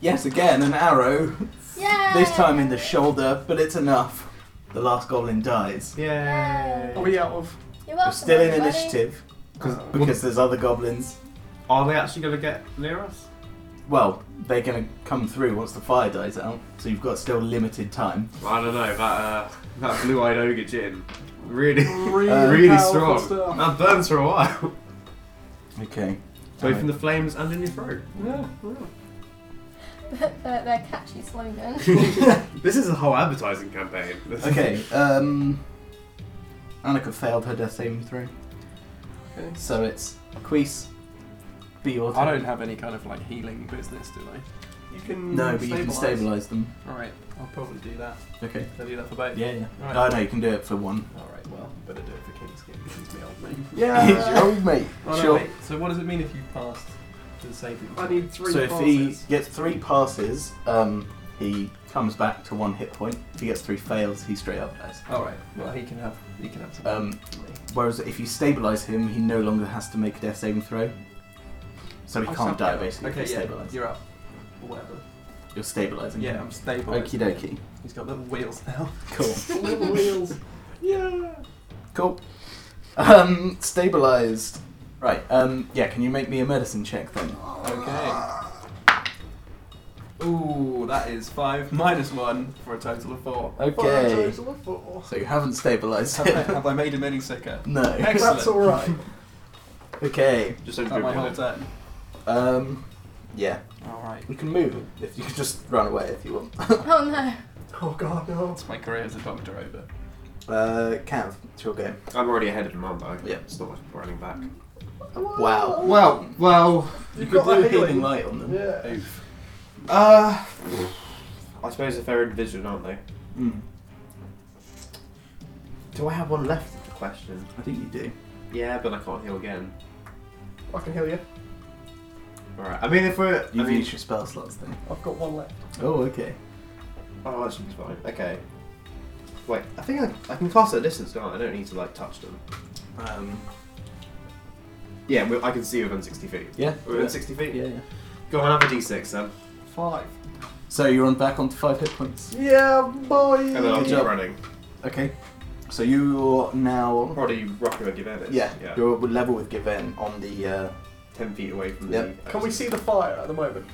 [SPEAKER 4] Yes, again an arrow.
[SPEAKER 5] Yeah.
[SPEAKER 4] This time in the shoulder, but it's enough. The last goblin dies.
[SPEAKER 5] Yay.
[SPEAKER 7] Are we out of. uh,
[SPEAKER 5] You're
[SPEAKER 4] We're
[SPEAKER 5] welcome,
[SPEAKER 4] still in
[SPEAKER 5] everybody.
[SPEAKER 4] initiative
[SPEAKER 6] Because
[SPEAKER 4] because there's other goblins.
[SPEAKER 6] are they actually going to get near us?
[SPEAKER 4] Well, they're gonna come through once the fire dies out, so you've got still limited time.
[SPEAKER 6] I don't know. That uh, that blue-eyed ogre gin, really,
[SPEAKER 7] Really,
[SPEAKER 4] Uh,
[SPEAKER 6] really
[SPEAKER 7] powerful
[SPEAKER 6] strong.
[SPEAKER 7] stuff.
[SPEAKER 6] That burns for a while,
[SPEAKER 4] Okay.
[SPEAKER 6] both in the flames and in your throat.
[SPEAKER 7] Yeah, yeah.
[SPEAKER 5] their, their catchy slogan.
[SPEAKER 6] This is a whole advertising campaign.
[SPEAKER 4] Okay. Um, Annika failed her death saving throw,
[SPEAKER 7] Okay.
[SPEAKER 4] so it's Queese. Be your
[SPEAKER 1] I
[SPEAKER 4] turn.
[SPEAKER 1] don't have any kind of like healing business, do I?
[SPEAKER 7] You can.
[SPEAKER 4] No, but you can stabilize them.
[SPEAKER 1] Alright, I'll probably do that.
[SPEAKER 4] Okay.
[SPEAKER 1] I'll do that for both.
[SPEAKER 4] Yeah, yeah.
[SPEAKER 1] Right.
[SPEAKER 4] No, no, you can do it for one.
[SPEAKER 1] Alright, well, better do it for King's King because he's my old mate.
[SPEAKER 4] It's your
[SPEAKER 7] Yeah.
[SPEAKER 4] old mate.
[SPEAKER 1] Right,
[SPEAKER 4] sure.
[SPEAKER 1] Oh, wait, so what does it mean if you passed the saving?
[SPEAKER 7] I need three
[SPEAKER 4] so if
[SPEAKER 7] passes.
[SPEAKER 4] he gets three passes, um, he comes back to one hit point. If he gets three fails, he straight up dies.
[SPEAKER 1] Alright, well he can have he can have some
[SPEAKER 4] Um, Whereas if you stabilize him, he no longer has to make a death saving throw. So he
[SPEAKER 1] I'm
[SPEAKER 4] can't
[SPEAKER 1] stab-
[SPEAKER 4] die basically.
[SPEAKER 1] Okay,
[SPEAKER 4] if he's
[SPEAKER 1] yeah,
[SPEAKER 4] stabilized.
[SPEAKER 1] you're up. Or whatever.
[SPEAKER 4] You're stabilizing.
[SPEAKER 1] Yeah, I'm stable.
[SPEAKER 4] Okie dokie.
[SPEAKER 1] He's got little wheels now.
[SPEAKER 4] Cool.
[SPEAKER 7] Little wheels. Yeah.
[SPEAKER 4] cool. Um, stabilized. Right. Um, yeah. Can you make me a medicine check then?
[SPEAKER 1] Okay. Ooh, that is five minus one for a total of four.
[SPEAKER 4] Okay.
[SPEAKER 7] Five total of four.
[SPEAKER 4] So you haven't stabilized
[SPEAKER 1] Have I,
[SPEAKER 4] him.
[SPEAKER 1] have I made him any sicker?
[SPEAKER 4] no.
[SPEAKER 1] Excellent.
[SPEAKER 7] That's alright.
[SPEAKER 4] Okay.
[SPEAKER 6] just
[SPEAKER 1] Is
[SPEAKER 6] don't
[SPEAKER 1] that my whole
[SPEAKER 6] do
[SPEAKER 1] turn?
[SPEAKER 4] Um, yeah.
[SPEAKER 1] Alright.
[SPEAKER 4] You can move him. If you could just run away if you want.
[SPEAKER 5] oh no.
[SPEAKER 7] Oh god, no.
[SPEAKER 1] That's my career as a doctor over.
[SPEAKER 4] Uh, Cav, it's your game.
[SPEAKER 6] I'm already ahead of him, aren't I?
[SPEAKER 4] Yeah.
[SPEAKER 6] It's not much running back.
[SPEAKER 4] Wow.
[SPEAKER 6] Well, well.
[SPEAKER 4] You
[SPEAKER 7] You've
[SPEAKER 4] could
[SPEAKER 7] got
[SPEAKER 4] do
[SPEAKER 7] a
[SPEAKER 4] a healing
[SPEAKER 7] healing.
[SPEAKER 4] light on them.
[SPEAKER 7] Yeah.
[SPEAKER 1] Oof.
[SPEAKER 6] Uh, I suppose if they're in vision, aren't they?
[SPEAKER 4] Mm,
[SPEAKER 6] Do I have one left? is The question.
[SPEAKER 4] I think you do.
[SPEAKER 6] Yeah, but I can't heal again.
[SPEAKER 7] I can heal you.
[SPEAKER 6] All right. I mean, if we're, I
[SPEAKER 4] You've
[SPEAKER 6] mean,
[SPEAKER 4] used your spell slots then.
[SPEAKER 7] I've got one left.
[SPEAKER 4] Oh, okay.
[SPEAKER 6] oh, that should be fine. Okay. Wait, I think I, I can cast at a distance, can't I? I don't need to like touch them.
[SPEAKER 4] Um,
[SPEAKER 6] Yeah, well, I can see within 60 feet.
[SPEAKER 4] yeah.
[SPEAKER 6] Within 60 feet?
[SPEAKER 4] Yeah, yeah.
[SPEAKER 6] Go on, have a d6 then.
[SPEAKER 7] Five.
[SPEAKER 4] So you're on back onto five hit points.
[SPEAKER 7] Yeah,
[SPEAKER 6] And then I'll
[SPEAKER 7] boy.
[SPEAKER 6] keep
[SPEAKER 4] job.
[SPEAKER 6] running.
[SPEAKER 4] Okay. So you're now.
[SPEAKER 6] Probably roughly where Given is.
[SPEAKER 4] Yeah,
[SPEAKER 6] yeah.
[SPEAKER 4] you're level with Given on the. Uh,
[SPEAKER 6] 10 feet away from
[SPEAKER 4] Yep.
[SPEAKER 6] the.
[SPEAKER 7] Can we see the fire at the moment?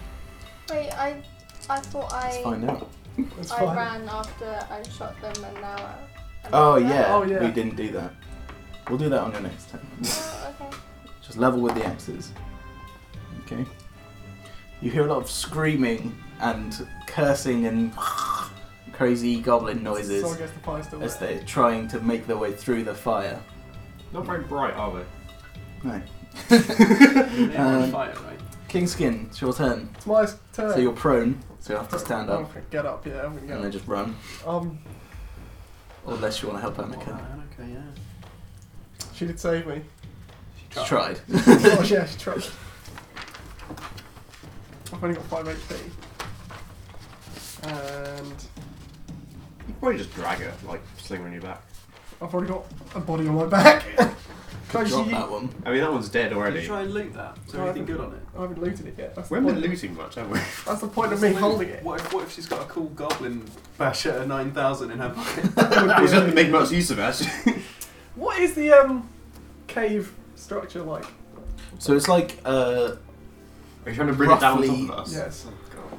[SPEAKER 5] Wait, I, I thought I,
[SPEAKER 4] let's find out.
[SPEAKER 7] It's
[SPEAKER 5] I
[SPEAKER 7] fine.
[SPEAKER 5] ran after I shot them and now. I, I'm
[SPEAKER 4] Oh
[SPEAKER 5] not there.
[SPEAKER 4] yeah,
[SPEAKER 7] Oh, yeah.
[SPEAKER 4] we didn't do that. We'll do that on your next turn.
[SPEAKER 5] Oh, okay.
[SPEAKER 4] Just level with the axes. Okay. You hear a lot of screaming and cursing and crazy goblin noises
[SPEAKER 7] So I guess the fire's still
[SPEAKER 4] as
[SPEAKER 7] there.
[SPEAKER 4] they're trying to make their way through the fire.
[SPEAKER 6] Not very bright, are they?
[SPEAKER 4] No.
[SPEAKER 1] They're on
[SPEAKER 4] Um,
[SPEAKER 1] fire, right?
[SPEAKER 4] Kingskin, it's your turn.
[SPEAKER 7] It's my turn.
[SPEAKER 4] So you're prone, so you have to stand
[SPEAKER 7] I'm
[SPEAKER 4] up
[SPEAKER 7] gonna Get up, Oh, yeah. I'm gonna get
[SPEAKER 4] and then
[SPEAKER 7] up.
[SPEAKER 4] just run.
[SPEAKER 7] Um,
[SPEAKER 4] Unless you want to help Annika.
[SPEAKER 1] Okay, yeah.
[SPEAKER 7] she did save me.
[SPEAKER 4] She tried.
[SPEAKER 7] oh, yeah, she tried. I've only got 5 HP. And
[SPEAKER 6] You probably just drag her, like sling her on your back.
[SPEAKER 7] I've already got a body on my back. Can I, just
[SPEAKER 4] Drop
[SPEAKER 7] use-
[SPEAKER 4] that one.
[SPEAKER 6] I mean, that one's dead
[SPEAKER 1] Did you
[SPEAKER 6] already.
[SPEAKER 1] try and loot that? Is there
[SPEAKER 7] No, I
[SPEAKER 1] anything
[SPEAKER 7] haven't.
[SPEAKER 1] good on it?
[SPEAKER 7] I haven't looted it yet. That's
[SPEAKER 6] We
[SPEAKER 7] the,
[SPEAKER 6] haven't
[SPEAKER 7] point.
[SPEAKER 6] been looting much, have we?
[SPEAKER 7] That's the point of
[SPEAKER 1] What's
[SPEAKER 7] me
[SPEAKER 1] the loot?
[SPEAKER 7] holding it.
[SPEAKER 1] What if, what if she's got a cool goblin basher at 9000 in her pocket?
[SPEAKER 6] we didn't make much use of that.
[SPEAKER 7] What is the um cave structure like?
[SPEAKER 4] So it's like a
[SPEAKER 6] Are you trying to bring it down on
[SPEAKER 4] Roughly-
[SPEAKER 6] top of us?
[SPEAKER 7] Yes.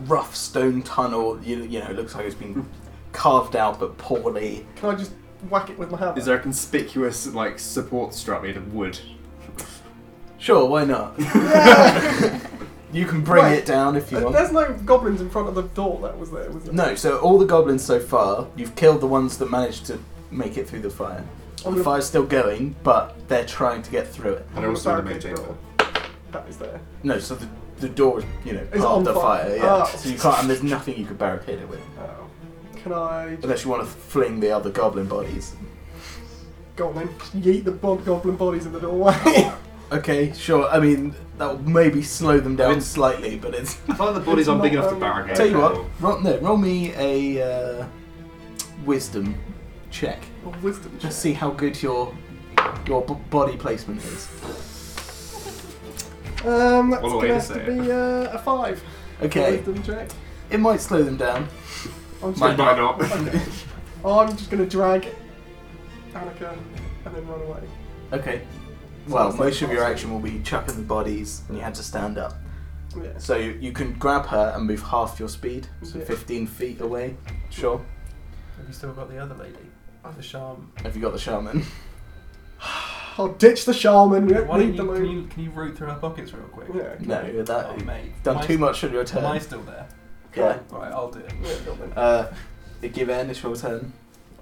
[SPEAKER 4] rough stone tunnel. You, you know, it looks like it's been carved out but poorly.
[SPEAKER 7] Can I just whack it with my hammer?
[SPEAKER 6] Is there a conspicuous like support strap made of wood?
[SPEAKER 4] Sure, why not? you can bring
[SPEAKER 7] Wait,
[SPEAKER 4] it down if you
[SPEAKER 7] Uh,
[SPEAKER 4] want.
[SPEAKER 7] There's no goblins in front of the door that was there, was there?
[SPEAKER 4] No, so all the goblins so far, you've killed the ones that managed to make it through the fire.
[SPEAKER 7] I'm gonna-
[SPEAKER 4] the fire's still going, but they're trying to get through it.
[SPEAKER 7] I'm
[SPEAKER 6] And
[SPEAKER 7] gonna
[SPEAKER 6] also the main
[SPEAKER 7] barricade
[SPEAKER 6] chamber.
[SPEAKER 7] door. That is there.
[SPEAKER 4] No, so the, the door is, you know,
[SPEAKER 7] It's
[SPEAKER 4] part
[SPEAKER 7] on
[SPEAKER 4] of the
[SPEAKER 7] fire.
[SPEAKER 4] fire, yeah.
[SPEAKER 7] Oh.
[SPEAKER 4] So you can't, and there's nothing you could barricade it with.
[SPEAKER 7] Oh. Can I just
[SPEAKER 4] Unless you want to fling the other goblin bodies.
[SPEAKER 7] go on then? Just yeet the bod- goblin bodies in the doorway. Oh,
[SPEAKER 4] Okay, sure, I mean, that will maybe slow them down
[SPEAKER 6] I mean-
[SPEAKER 4] slightly, but it's.
[SPEAKER 6] I feel like the bodies aren't big enough to barricade.
[SPEAKER 4] Tell you what, roll, no, roll me a uh, wisdom check.
[SPEAKER 7] Or wisdom check.
[SPEAKER 4] Just see how good your your b- body placement is.
[SPEAKER 7] Um, that's
[SPEAKER 6] What a
[SPEAKER 7] gonna
[SPEAKER 6] way to
[SPEAKER 7] have
[SPEAKER 6] say
[SPEAKER 7] to
[SPEAKER 6] it.
[SPEAKER 7] be uh, a five.
[SPEAKER 4] Okay,
[SPEAKER 7] Wisdom check.
[SPEAKER 4] it might slow them down.
[SPEAKER 7] I'm just,
[SPEAKER 6] Might
[SPEAKER 7] gonna,
[SPEAKER 6] not.
[SPEAKER 7] I'm just gonna drag Annika and then run away.
[SPEAKER 4] Okay. Well,
[SPEAKER 7] Sounds like
[SPEAKER 4] most of your
[SPEAKER 7] awesome.
[SPEAKER 4] action will be chucking the bodies, and you had to stand up.
[SPEAKER 7] Yeah.
[SPEAKER 4] So you, you can grab her and move half your speed, so
[SPEAKER 7] Yeah.
[SPEAKER 4] 15 feet away. Sure.
[SPEAKER 1] Have you still got the other lady? The shaman.
[SPEAKER 4] Have you got the shaman?
[SPEAKER 7] I'll ditch the shaman. We don't
[SPEAKER 1] Why
[SPEAKER 7] need
[SPEAKER 1] don't you,
[SPEAKER 7] them.
[SPEAKER 1] can, you, can you root through her pockets real quick?
[SPEAKER 7] Yeah.
[SPEAKER 4] No,
[SPEAKER 1] Oh,
[SPEAKER 4] that you've
[SPEAKER 1] mate.
[SPEAKER 4] done
[SPEAKER 1] Mine's-
[SPEAKER 4] too much on your
[SPEAKER 1] Am I
[SPEAKER 4] turn.
[SPEAKER 1] still there?
[SPEAKER 4] Yeah.
[SPEAKER 1] Right, I'll do it.
[SPEAKER 7] Yeah, goblin.
[SPEAKER 4] Uh, give Anne, it's your turn.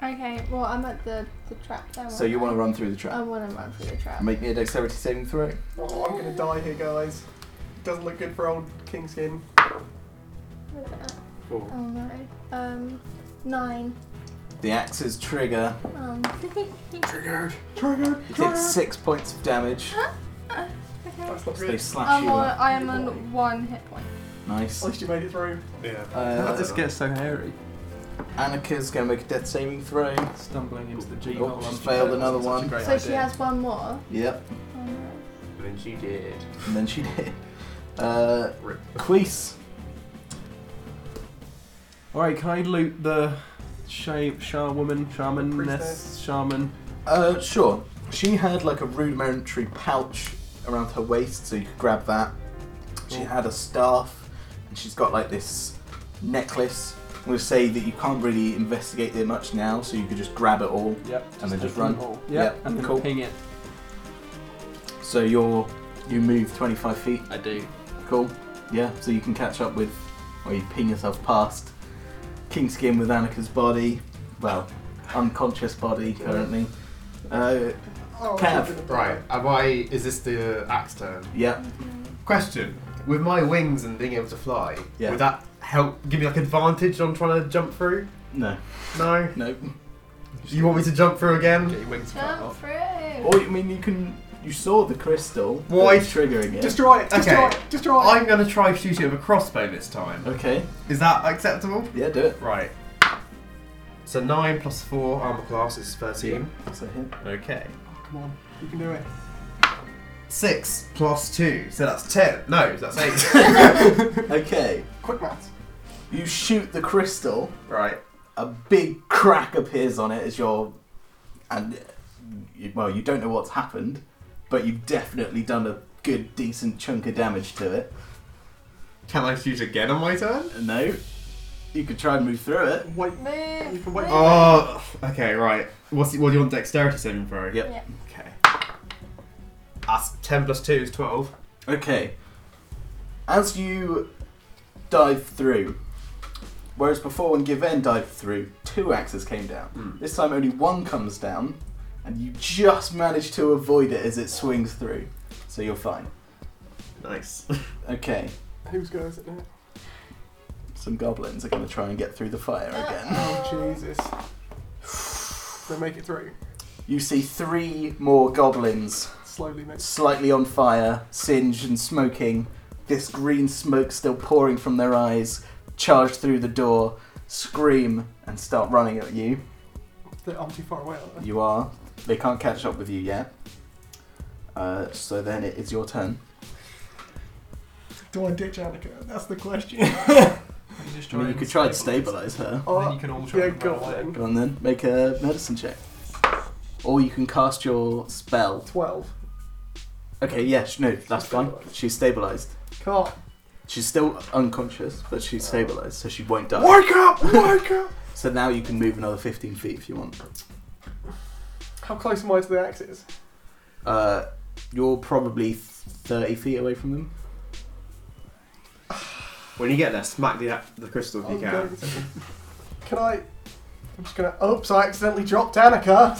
[SPEAKER 5] Okay, well, I'm at the, the trap now.
[SPEAKER 4] So you want to run through the
[SPEAKER 5] I
[SPEAKER 4] trap?
[SPEAKER 5] want to run through the trap.
[SPEAKER 4] Make me a dexterity saving throw.
[SPEAKER 7] Oh, I'm gonna die here, guys. Doesn't look good for old Kingskin.
[SPEAKER 5] Look at that.
[SPEAKER 6] Four.
[SPEAKER 5] Oh no. Um, nine.
[SPEAKER 4] The axe's trigger.
[SPEAKER 5] Um,
[SPEAKER 1] Triggered.
[SPEAKER 7] Triggered.
[SPEAKER 4] You take
[SPEAKER 7] triggered.
[SPEAKER 4] six points of damage.
[SPEAKER 5] okay.
[SPEAKER 7] That's not
[SPEAKER 4] So they
[SPEAKER 7] good.
[SPEAKER 4] slash
[SPEAKER 5] I'm
[SPEAKER 4] you
[SPEAKER 5] on,
[SPEAKER 4] up.
[SPEAKER 5] I am on one hit point.
[SPEAKER 4] Nice.
[SPEAKER 7] At least you made it through.
[SPEAKER 6] Yeah.
[SPEAKER 1] That
[SPEAKER 4] Uh,
[SPEAKER 1] just gets so hairy.
[SPEAKER 4] Annika's going to make a death saving throw.
[SPEAKER 1] Stumbling into the G
[SPEAKER 4] Oh, she's failed another one.
[SPEAKER 5] So she has one more.
[SPEAKER 4] Yep.
[SPEAKER 5] Oh no.
[SPEAKER 6] Then she did.
[SPEAKER 4] And then she did. Uh,
[SPEAKER 6] Rip.
[SPEAKER 4] Queese.
[SPEAKER 1] Alright, can I loot the sha- sha woman, shamaness,
[SPEAKER 7] Priestess.
[SPEAKER 1] shaman?
[SPEAKER 4] Uh, sure. She had like a rudimentary pouch around her waist, so you could grab that. She had a staff, and she's got like this necklace. I'm going to say that you can't really investigate it much now, so you could just grab it all.
[SPEAKER 1] Yep.
[SPEAKER 4] And then just
[SPEAKER 1] take
[SPEAKER 4] run.
[SPEAKER 1] them all.
[SPEAKER 4] Yep,
[SPEAKER 1] Yep. And then
[SPEAKER 4] cool.
[SPEAKER 1] ping it.
[SPEAKER 4] So you're you move 25 feet.
[SPEAKER 1] I do.
[SPEAKER 4] Cool. Yeah. So you can catch up with, or you ping yourself past Kingskin with Annika's body. Well, unconscious body currently. Uh,
[SPEAKER 7] Oh,
[SPEAKER 4] Cav.
[SPEAKER 7] I'm gonna die.
[SPEAKER 6] Right. Am I? Is this the axe turn?
[SPEAKER 4] yeah.
[SPEAKER 6] Question: With my wings and being able to fly,
[SPEAKER 4] Yeah.
[SPEAKER 6] would that help? Give me like advantage on trying to jump through?
[SPEAKER 4] No.
[SPEAKER 6] No.
[SPEAKER 4] No.
[SPEAKER 6] You want me to jump through again?
[SPEAKER 1] Get your wings cut
[SPEAKER 5] Jump
[SPEAKER 1] off.
[SPEAKER 5] through.
[SPEAKER 4] Or I mean, you can. You saw the crystal.
[SPEAKER 6] Why?
[SPEAKER 4] that's triggering it?
[SPEAKER 7] Destroy it. Destroy it.
[SPEAKER 6] Okay.
[SPEAKER 7] Destroy it.
[SPEAKER 6] I'm gonna try shooting with a crossbow this time.
[SPEAKER 4] Okay.
[SPEAKER 6] Is that acceptable?
[SPEAKER 4] Yeah. Do it.
[SPEAKER 6] Right. So nine plus four armor class is thirteen.
[SPEAKER 4] So hit.
[SPEAKER 6] Okay.
[SPEAKER 7] Come on. You can do it.
[SPEAKER 6] Six plus two, so that's ten. No, that's eight.
[SPEAKER 4] Okay.
[SPEAKER 7] Quick maths.
[SPEAKER 4] You shoot the crystal.
[SPEAKER 6] right.
[SPEAKER 4] A big crack appears on it as you're, and you, well, you don't know what's happened, but you've definitely done a good, decent chunk of damage to it.
[SPEAKER 6] Can I shoot again on my turn?
[SPEAKER 4] No. You could try and move through it.
[SPEAKER 7] Wait.
[SPEAKER 5] Move.
[SPEAKER 7] You can wait.
[SPEAKER 5] move.
[SPEAKER 6] Oh, okay, right. What's what do you want dexterity saving throw?
[SPEAKER 4] Yep.
[SPEAKER 5] Yeah.
[SPEAKER 6] Okay. That's ten plus two is twelve.
[SPEAKER 4] Okay. As you dive through, whereas before when Given dived through, two axes came down. This time only one comes down, and you just manage to avoid it as it swings through. So you're fine.
[SPEAKER 6] Nice.
[SPEAKER 4] Okay,
[SPEAKER 7] Who's going is it now?
[SPEAKER 4] some goblins are going to try and get through the fire
[SPEAKER 5] Uh.
[SPEAKER 4] again.
[SPEAKER 7] Oh, Jesus. They make it through.
[SPEAKER 4] You see three more goblins
[SPEAKER 7] Slowly, mate.
[SPEAKER 4] slightly on fire, singed and smoking, this green smoke still pouring from their eyes, charge through the door, scream, and start running at you.
[SPEAKER 7] They're- I'm too far away, aren't
[SPEAKER 4] You are. They can't catch up with you yet. Uh, so then it is your turn.
[SPEAKER 7] I? Do I ditch Annika? That's the question.
[SPEAKER 1] You, just
[SPEAKER 4] I mean, you
[SPEAKER 1] and
[SPEAKER 4] could try and
[SPEAKER 1] stabilise
[SPEAKER 4] stabilise her.
[SPEAKER 1] it, and Then you can all try
[SPEAKER 7] Uh, yeah,
[SPEAKER 1] and
[SPEAKER 7] go
[SPEAKER 1] roll it.
[SPEAKER 7] on.
[SPEAKER 4] Go on then, make a medicine check. Or you can cast your spell.
[SPEAKER 7] 12.
[SPEAKER 4] Okay, yeah, sh- no, that's fine. She's stabilised.
[SPEAKER 7] Can't.
[SPEAKER 4] She's still unconscious, but she's stabilised, so she won't die.
[SPEAKER 7] Wake up! Wake up!
[SPEAKER 4] So now you can move another 15 feet if you want.
[SPEAKER 7] How close am I to the axes?
[SPEAKER 4] Uh, you're probably 30 feet away from them.
[SPEAKER 6] When you get there, smack the the crystal if you
[SPEAKER 7] I'm
[SPEAKER 6] can.
[SPEAKER 7] going to- Can I? I'm just gonna. Oops! I accidentally dropped Annika.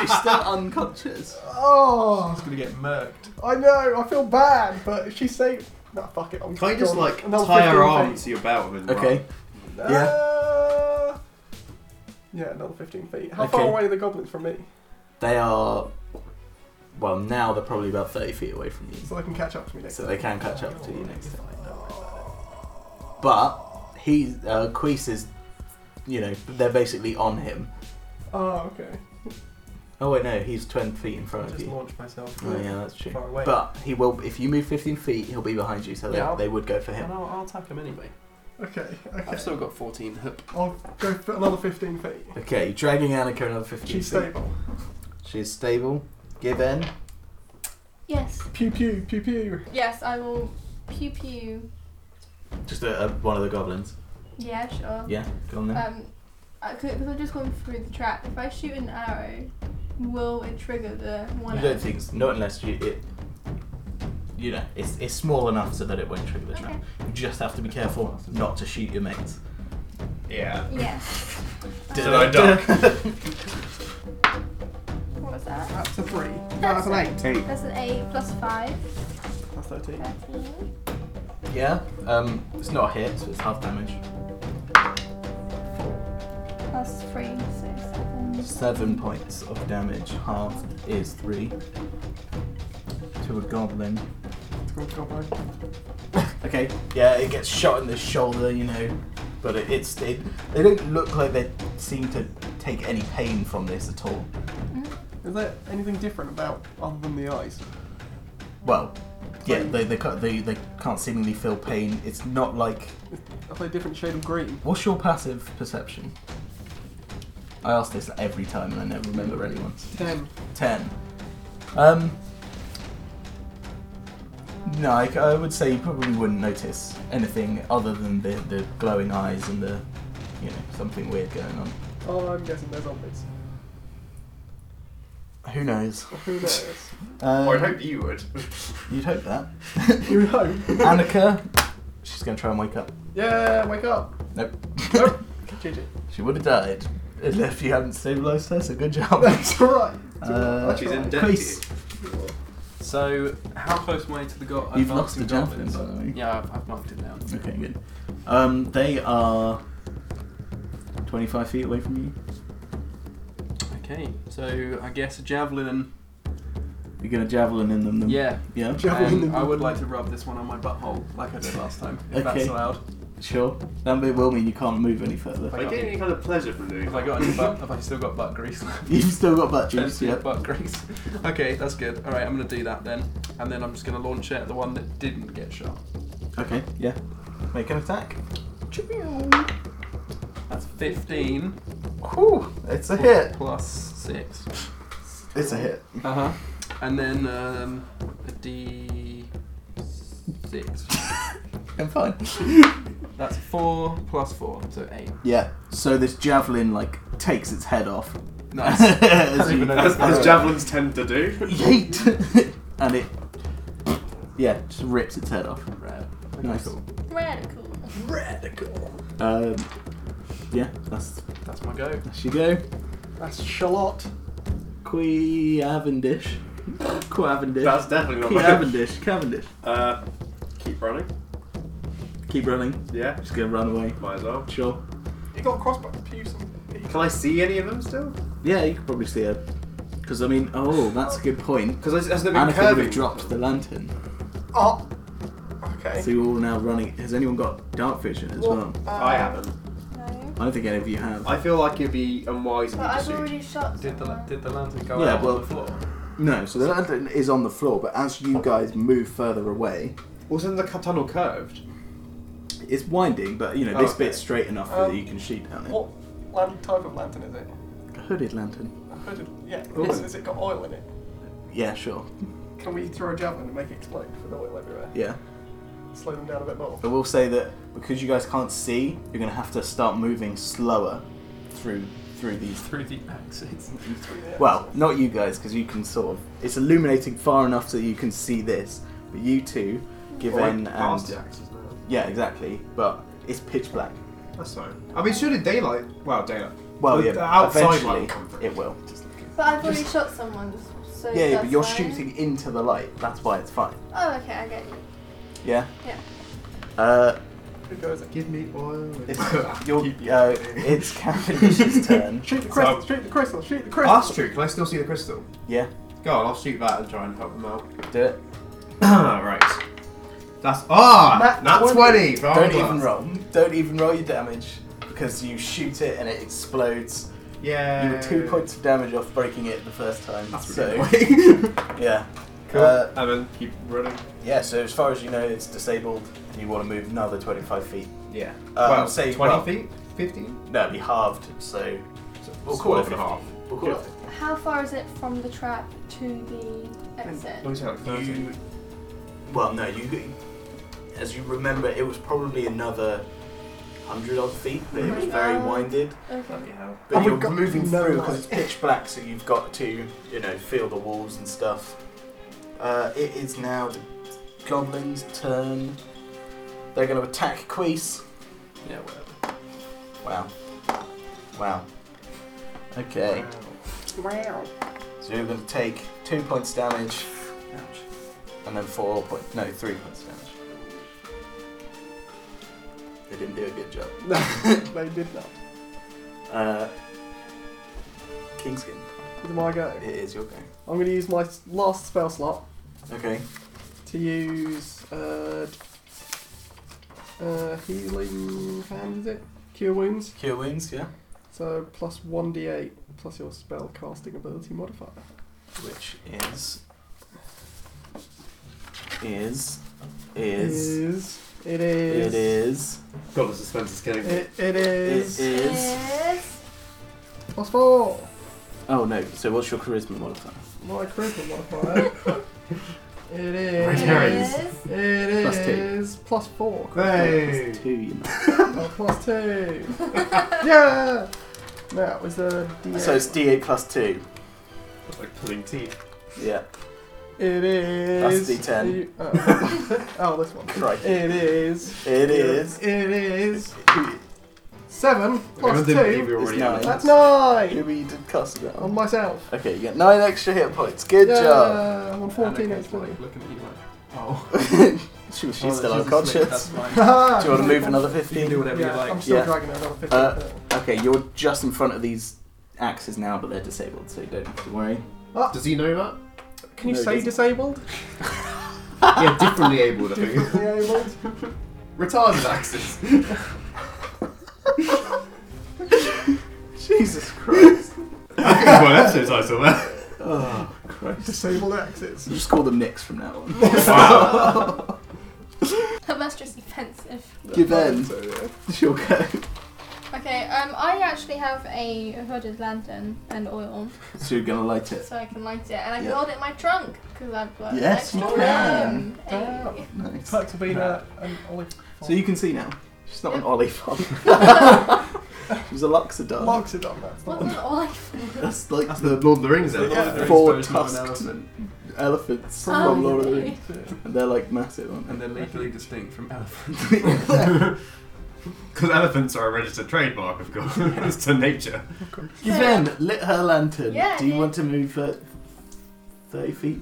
[SPEAKER 4] She's still unconscious.
[SPEAKER 7] Oh,
[SPEAKER 1] It's gonna get murked.
[SPEAKER 7] I know. I feel bad, but if she saved. No, fuck it. I'm
[SPEAKER 6] Can you just
[SPEAKER 7] gone.
[SPEAKER 6] like
[SPEAKER 7] Another
[SPEAKER 6] tie her
[SPEAKER 7] 15
[SPEAKER 6] arm
[SPEAKER 7] feet.
[SPEAKER 6] to your belt and
[SPEAKER 4] Okay, Yeah.
[SPEAKER 7] Uh, yeah, another 15 feet. How far
[SPEAKER 4] Okay.
[SPEAKER 7] away are the goblins from me?
[SPEAKER 4] they are. Well, now they're probably about 30 feet away from you.
[SPEAKER 7] So they can catch up to me next
[SPEAKER 4] So
[SPEAKER 7] time.
[SPEAKER 4] they can catch up to you next time. But he, uh, Queese is, you know, they're basically on him.
[SPEAKER 7] Oh, okay.
[SPEAKER 4] Oh wait, no, he's 20 feet in
[SPEAKER 1] I
[SPEAKER 4] front of
[SPEAKER 1] just
[SPEAKER 4] you.
[SPEAKER 1] launch myself.
[SPEAKER 4] Oh yeah, that's true.
[SPEAKER 1] Far away.
[SPEAKER 4] But he will, if you move 15 feet, he'll be behind you, so they,
[SPEAKER 1] Yeah. Uh-huh.
[SPEAKER 4] they would go for
[SPEAKER 1] And
[SPEAKER 4] him.
[SPEAKER 1] I'll, I'll attack him anyway.
[SPEAKER 7] Okay, okay.
[SPEAKER 1] I've still got 14 hip.
[SPEAKER 7] I'll go for another 15 feet.
[SPEAKER 4] Okay, dragging Annika another 15
[SPEAKER 7] She's
[SPEAKER 4] feet.
[SPEAKER 7] stable.
[SPEAKER 4] She's stable. Give in.
[SPEAKER 5] Yes.
[SPEAKER 7] Pew pew, pew pew.
[SPEAKER 5] Yes, I will pew pew.
[SPEAKER 4] Just a, a, one of the goblins.
[SPEAKER 5] Yeah, sure.
[SPEAKER 4] Yeah, go on then.
[SPEAKER 5] Um, because I've just gone through the trap. If I shoot an arrow, will it trigger the one?
[SPEAKER 4] you
[SPEAKER 5] arrow?
[SPEAKER 4] don't think so. Not unless you it. You know, it's, it's small enough so that it won't trigger the trap.
[SPEAKER 5] Okay.
[SPEAKER 4] You just have to be careful not to shoot your mates.
[SPEAKER 6] Yeah.
[SPEAKER 5] Yes.
[SPEAKER 6] Did
[SPEAKER 5] Um,
[SPEAKER 6] I duck?
[SPEAKER 5] What was that?
[SPEAKER 7] That's a three. No, that's an eight.
[SPEAKER 6] Eight.
[SPEAKER 5] That's an eight plus five.
[SPEAKER 7] That's 13.
[SPEAKER 5] 13.
[SPEAKER 4] Yeah. Um, it's not a hit, so it's half damage.
[SPEAKER 5] Plus three, so seven.
[SPEAKER 4] Seven points of damage. Halved is three. To a goblin.
[SPEAKER 7] It's called goblin.
[SPEAKER 4] Okay. Yeah, it gets shot in the shoulder, you know, but it, it's it, they don't look like they seem to take any pain from this at all.
[SPEAKER 7] Is there anything different about other than the eyes?
[SPEAKER 4] Well, yeah, they they can't, they, they can't seemingly feel pain. It's not like
[SPEAKER 7] Are they a different shade of green?
[SPEAKER 4] what's your passive perception? I ask this every time and I never remember anyone's.
[SPEAKER 7] Ten.
[SPEAKER 4] Ten. Um. No, I, I would say you probably wouldn't notice anything other than the, the glowing eyes and the, you know, something weird going on.
[SPEAKER 7] Oh, I'm guessing they're zombies.
[SPEAKER 4] Who knows?
[SPEAKER 7] Who knows?
[SPEAKER 4] Um,
[SPEAKER 6] Or I hope you would.
[SPEAKER 4] You'd hope that.
[SPEAKER 7] you know.
[SPEAKER 4] Annika, she's going to try and wake up.
[SPEAKER 7] Yeah, wake up.
[SPEAKER 4] Nope.
[SPEAKER 7] Nope. GG.
[SPEAKER 4] she would have died if you hadn't stabilised her, so good job.
[SPEAKER 7] That's Oh, alright.
[SPEAKER 4] Uh,
[SPEAKER 6] She's in debt.
[SPEAKER 4] Chris,
[SPEAKER 1] So, how close am I to the go-
[SPEAKER 4] You've
[SPEAKER 1] advancing
[SPEAKER 4] lost the javelin,
[SPEAKER 1] goblins?
[SPEAKER 4] by the way.
[SPEAKER 1] Yeah, I've, I've marked it down.
[SPEAKER 4] Okay, good. Um, they are 25 feet away from you.
[SPEAKER 1] Okay, so I guess a javelin.
[SPEAKER 4] You're going to javelin in them. Then.
[SPEAKER 1] Yeah,
[SPEAKER 4] Yeah,
[SPEAKER 7] Javelin
[SPEAKER 1] um, I would like to rub this one on my butthole like I did last time, if that's
[SPEAKER 4] Okay.
[SPEAKER 1] allowed.
[SPEAKER 4] sure. That bit will mean you can't move any further.
[SPEAKER 6] Am I getting any kind of pleasure from doing
[SPEAKER 1] Have I got any butt? Have I still got butt grease?
[SPEAKER 4] You've still got butt
[SPEAKER 1] Don't
[SPEAKER 4] juice,
[SPEAKER 1] see
[SPEAKER 4] yep.
[SPEAKER 1] butt grease. Okay, that's good. All right, I'm gonna do that then, and then I'm just gonna launch it at the one that didn't get shot.
[SPEAKER 4] Okay, yeah. Make an attack.
[SPEAKER 1] That's 15
[SPEAKER 4] Whew, it's a hit.
[SPEAKER 1] plus six.
[SPEAKER 4] It's a hit.
[SPEAKER 1] Uh huh. And then um, a D six.
[SPEAKER 4] I'm fine.
[SPEAKER 1] That's four plus four, so eight.
[SPEAKER 4] Yeah. So this javelin like takes its head off.
[SPEAKER 1] Nice.
[SPEAKER 4] As
[SPEAKER 1] Don't even
[SPEAKER 4] you
[SPEAKER 1] know
[SPEAKER 6] As,
[SPEAKER 1] that's
[SPEAKER 6] as
[SPEAKER 1] right.
[SPEAKER 6] javelins tend to do.
[SPEAKER 4] yeet, and it yeah just rips its head off. Nice.
[SPEAKER 5] Radical.
[SPEAKER 7] Radical.
[SPEAKER 4] Um, yeah, that's
[SPEAKER 1] That's my go.
[SPEAKER 4] that's you go.
[SPEAKER 7] That's Charlotte.
[SPEAKER 4] Quee Avendish.
[SPEAKER 2] Cavendish.
[SPEAKER 6] That's definitely not bad.
[SPEAKER 2] Cavendish. Cavendish.
[SPEAKER 6] Uh, keep running.
[SPEAKER 2] Keep running.
[SPEAKER 6] Yeah,
[SPEAKER 2] Just gonna run away.
[SPEAKER 6] might as well.
[SPEAKER 2] Sure.
[SPEAKER 7] You got crossbow pews and pews.
[SPEAKER 6] Can I see any of them still?
[SPEAKER 2] Yeah, you could probably see her. Because I mean, oh, that's a good point.
[SPEAKER 6] Because has there been
[SPEAKER 2] Anakin would
[SPEAKER 6] curving?
[SPEAKER 2] have dropped the lantern,
[SPEAKER 7] Oh. Okay.
[SPEAKER 2] so you're all now running. Has anyone got dark vision as well?
[SPEAKER 7] uh,
[SPEAKER 6] I haven't.
[SPEAKER 5] No.
[SPEAKER 2] I don't think any of you have.
[SPEAKER 6] I feel like it'd be unwise of
[SPEAKER 5] But
[SPEAKER 6] me to
[SPEAKER 5] I've
[SPEAKER 6] shoot.
[SPEAKER 5] already shot.
[SPEAKER 1] Did the
[SPEAKER 5] someone.
[SPEAKER 1] did the lantern go
[SPEAKER 2] Yeah,
[SPEAKER 1] out
[SPEAKER 2] well-
[SPEAKER 1] on the floor?
[SPEAKER 2] No, so the lantern is on the floor, but as you guys move further away,
[SPEAKER 6] Wasn't the cu- tunnel curved?
[SPEAKER 2] it's winding, but you know,
[SPEAKER 6] Oh,
[SPEAKER 2] this
[SPEAKER 6] okay.
[SPEAKER 2] bit's straight enough
[SPEAKER 7] Um,
[SPEAKER 2] that you can shoot down it.
[SPEAKER 7] What lan- type of lantern is it?
[SPEAKER 2] A hooded lantern.
[SPEAKER 7] A hooded. Yeah.
[SPEAKER 6] Ooh.
[SPEAKER 7] Is, has it got oil in it?
[SPEAKER 2] Yeah, sure.
[SPEAKER 7] Can we throw a javelin and make it explode with oil everywhere?
[SPEAKER 2] Yeah.
[SPEAKER 7] Slow them down a bit more.
[SPEAKER 4] I will say that because you guys can't see, you're going to have to start moving slower through through these.
[SPEAKER 1] Through the axes.
[SPEAKER 4] Well, not you guys, because you can sort of. It's illuminating far enough so you can see this, but you two, given
[SPEAKER 6] Past
[SPEAKER 4] and
[SPEAKER 6] the axes now.
[SPEAKER 4] yeah, exactly. But it's pitch black.
[SPEAKER 6] That's fine. I mean, surely daylight. Well, daylight.
[SPEAKER 4] Well,
[SPEAKER 6] The-
[SPEAKER 4] yeah,
[SPEAKER 6] the outside light will
[SPEAKER 4] eventually
[SPEAKER 6] come through.
[SPEAKER 4] it will.
[SPEAKER 5] But I've already shot someone. So
[SPEAKER 4] Yeah, yeah, but
[SPEAKER 5] that's
[SPEAKER 4] you're
[SPEAKER 5] fine.
[SPEAKER 4] shooting into the light. That's why it's fine.
[SPEAKER 5] Oh, okay, I get you.
[SPEAKER 4] Yeah.
[SPEAKER 5] Yeah.
[SPEAKER 4] Uh,
[SPEAKER 7] Who goes? Shoot
[SPEAKER 6] Give me oil.
[SPEAKER 4] it's, your, uh, it's Cavendish's turn.
[SPEAKER 7] the crystal! shoot the crystal! Shoot the crystal!
[SPEAKER 6] That's true. Can I still see the crystal?
[SPEAKER 4] Yeah,
[SPEAKER 6] Go on, I'll shoot that and try and help them out.
[SPEAKER 4] do it.
[SPEAKER 6] right. That's ah,
[SPEAKER 7] Nat 20.
[SPEAKER 6] that's twenty. for
[SPEAKER 4] Don't
[SPEAKER 6] armor
[SPEAKER 4] even
[SPEAKER 6] class.
[SPEAKER 4] roll. Don't even roll your damage because you shoot it and it explodes.
[SPEAKER 6] Yeah.
[SPEAKER 4] You were two points of damage off breaking it the first time.
[SPEAKER 6] Uh, That's
[SPEAKER 4] so
[SPEAKER 6] really
[SPEAKER 4] yeah,
[SPEAKER 6] cool.
[SPEAKER 4] Uh,
[SPEAKER 6] and then keep running.
[SPEAKER 4] yeah. So as far as you know, it's disabled. You want to move another 25 feet.
[SPEAKER 6] Yeah.
[SPEAKER 4] well,
[SPEAKER 6] well,
[SPEAKER 4] Uh, say-
[SPEAKER 6] twenty
[SPEAKER 4] well-
[SPEAKER 6] feet, fifteen.
[SPEAKER 4] No, it'd be halved. So
[SPEAKER 6] So
[SPEAKER 4] We'll
[SPEAKER 6] it's
[SPEAKER 4] call it
[SPEAKER 6] twelve and a half.
[SPEAKER 4] we'll call it
[SPEAKER 5] How far is it from the trap to the exit?
[SPEAKER 6] What is it, like thirty?
[SPEAKER 4] You, well, no, you. As you remember, it was probably another hundred odd feet, but it was very
[SPEAKER 5] Oh.
[SPEAKER 4] winded.
[SPEAKER 5] Okay.
[SPEAKER 4] But
[SPEAKER 7] Oh,
[SPEAKER 4] you're
[SPEAKER 7] we've got
[SPEAKER 4] moving
[SPEAKER 7] no
[SPEAKER 4] through
[SPEAKER 7] light.
[SPEAKER 4] because it's pitch black, so you've got to, you know, feel the walls and stuff. Uh, it is now the goblin's turn. They're going to attack Queese.
[SPEAKER 1] Yeah, whatever.
[SPEAKER 4] Wow. Wow. Okay.
[SPEAKER 7] Wow.
[SPEAKER 4] So you're going to take two points damage, and then four points. No, three points damage. They didn't do a good job.
[SPEAKER 7] They did not.
[SPEAKER 4] Uh, Kingskin,
[SPEAKER 7] It's my go.
[SPEAKER 4] it is your go.
[SPEAKER 7] I'm going to use my s- last spell slot
[SPEAKER 4] Okay.
[SPEAKER 7] to use uh, uh, healing hand, is it? Cure wounds.
[SPEAKER 4] Cure wounds, yeah.
[SPEAKER 7] So plus 1d8 plus your spell casting ability modifier.
[SPEAKER 4] which is is is
[SPEAKER 7] Is- It is.
[SPEAKER 4] it is
[SPEAKER 6] God, the suspense is killing me.
[SPEAKER 7] It, it
[SPEAKER 4] it
[SPEAKER 7] is.
[SPEAKER 4] is
[SPEAKER 5] Yes.
[SPEAKER 7] Plus 4.
[SPEAKER 4] oh no so what's your charisma modifier
[SPEAKER 7] My critical modifier. it is.
[SPEAKER 6] Right, Terry.
[SPEAKER 5] Yes.
[SPEAKER 7] It is.
[SPEAKER 2] Plus two.
[SPEAKER 7] plus 4.
[SPEAKER 6] Hey.
[SPEAKER 2] Two, you know.
[SPEAKER 7] Oh, plus 2. yeah! That was a d8.
[SPEAKER 4] so it's d8 plus 2
[SPEAKER 6] It's like pulling teeth.
[SPEAKER 4] yeah
[SPEAKER 7] It is.
[SPEAKER 4] That's D10.
[SPEAKER 7] You- Oh. oh, this one.
[SPEAKER 4] Crikey.
[SPEAKER 7] It is.
[SPEAKER 4] it is
[SPEAKER 7] It is. Seven plus
[SPEAKER 6] Remember the- we
[SPEAKER 7] two.
[SPEAKER 6] already
[SPEAKER 4] It's
[SPEAKER 6] had
[SPEAKER 4] nine.
[SPEAKER 6] that.
[SPEAKER 7] That's nine.
[SPEAKER 4] maybe you did cuss about
[SPEAKER 7] On myself.
[SPEAKER 4] okay you get 9 extra hit points good
[SPEAKER 7] yeah,
[SPEAKER 4] job
[SPEAKER 7] I'm on 14
[SPEAKER 1] Anakin's
[SPEAKER 7] actually.
[SPEAKER 1] like looking at you like, oh.
[SPEAKER 4] she was she's
[SPEAKER 1] Oh, asleep,
[SPEAKER 4] still
[SPEAKER 1] That's
[SPEAKER 4] unconscious
[SPEAKER 1] fine.
[SPEAKER 7] Ah,
[SPEAKER 4] do you want to
[SPEAKER 7] yeah,
[SPEAKER 4] move another
[SPEAKER 1] You can do
[SPEAKER 4] 15
[SPEAKER 1] whatever
[SPEAKER 7] Yeah,
[SPEAKER 1] you
[SPEAKER 7] I'm
[SPEAKER 1] like.
[SPEAKER 7] still
[SPEAKER 4] Yeah.
[SPEAKER 7] dragging another 15.
[SPEAKER 4] Uh, okay you're just in front of these axes now but they're disabled so you don't have to worry
[SPEAKER 6] Does he know that?
[SPEAKER 7] Can you
[SPEAKER 4] no, it
[SPEAKER 7] say
[SPEAKER 4] doesn't.
[SPEAKER 7] disabled?
[SPEAKER 6] yeah, differently abled, I think.
[SPEAKER 7] Disabled.
[SPEAKER 6] Retarded axis.
[SPEAKER 4] jesus christ
[SPEAKER 6] I think that's what episode title there.
[SPEAKER 4] oh christ
[SPEAKER 7] disabled axes.
[SPEAKER 4] You just call them Nicks from now on.
[SPEAKER 6] Wow.
[SPEAKER 5] That must just be offensive.
[SPEAKER 4] Give in.
[SPEAKER 7] So, yeah.
[SPEAKER 4] Sure go.
[SPEAKER 5] Okay. Um, I actually have a hooded lantern and oil,
[SPEAKER 4] So you're gonna light it.
[SPEAKER 5] so I can light it, and I can
[SPEAKER 4] Yeah.
[SPEAKER 5] hold it in my trunk because I've got
[SPEAKER 4] Yes,
[SPEAKER 5] extra
[SPEAKER 4] you
[SPEAKER 5] room.
[SPEAKER 4] can.
[SPEAKER 5] Hey.
[SPEAKER 7] Damn.
[SPEAKER 4] Nice.
[SPEAKER 7] Perks of being a, an olive.
[SPEAKER 4] So you can see now. She's not an olive farm. She's a Luxodon.
[SPEAKER 7] Loxodon, that's not
[SPEAKER 5] What's an olive?
[SPEAKER 4] That's like
[SPEAKER 6] That's the
[SPEAKER 4] the
[SPEAKER 6] Lord of the Rings
[SPEAKER 1] So
[SPEAKER 6] episode.
[SPEAKER 1] Lord of the Rings
[SPEAKER 4] four
[SPEAKER 1] version of an
[SPEAKER 4] tusked
[SPEAKER 1] elephant,
[SPEAKER 4] elephants
[SPEAKER 5] Oh,
[SPEAKER 4] from Lord of the
[SPEAKER 5] really?
[SPEAKER 4] Rings. And they're like massive, aren't
[SPEAKER 1] and they're legally distinct from elephants.
[SPEAKER 6] Because elephants are a registered trademark, of course. it's to nature.
[SPEAKER 4] they? Give in. Lit her lantern.
[SPEAKER 5] Yeah,
[SPEAKER 4] Do you
[SPEAKER 5] yeah.
[SPEAKER 4] want to move her 30 feet.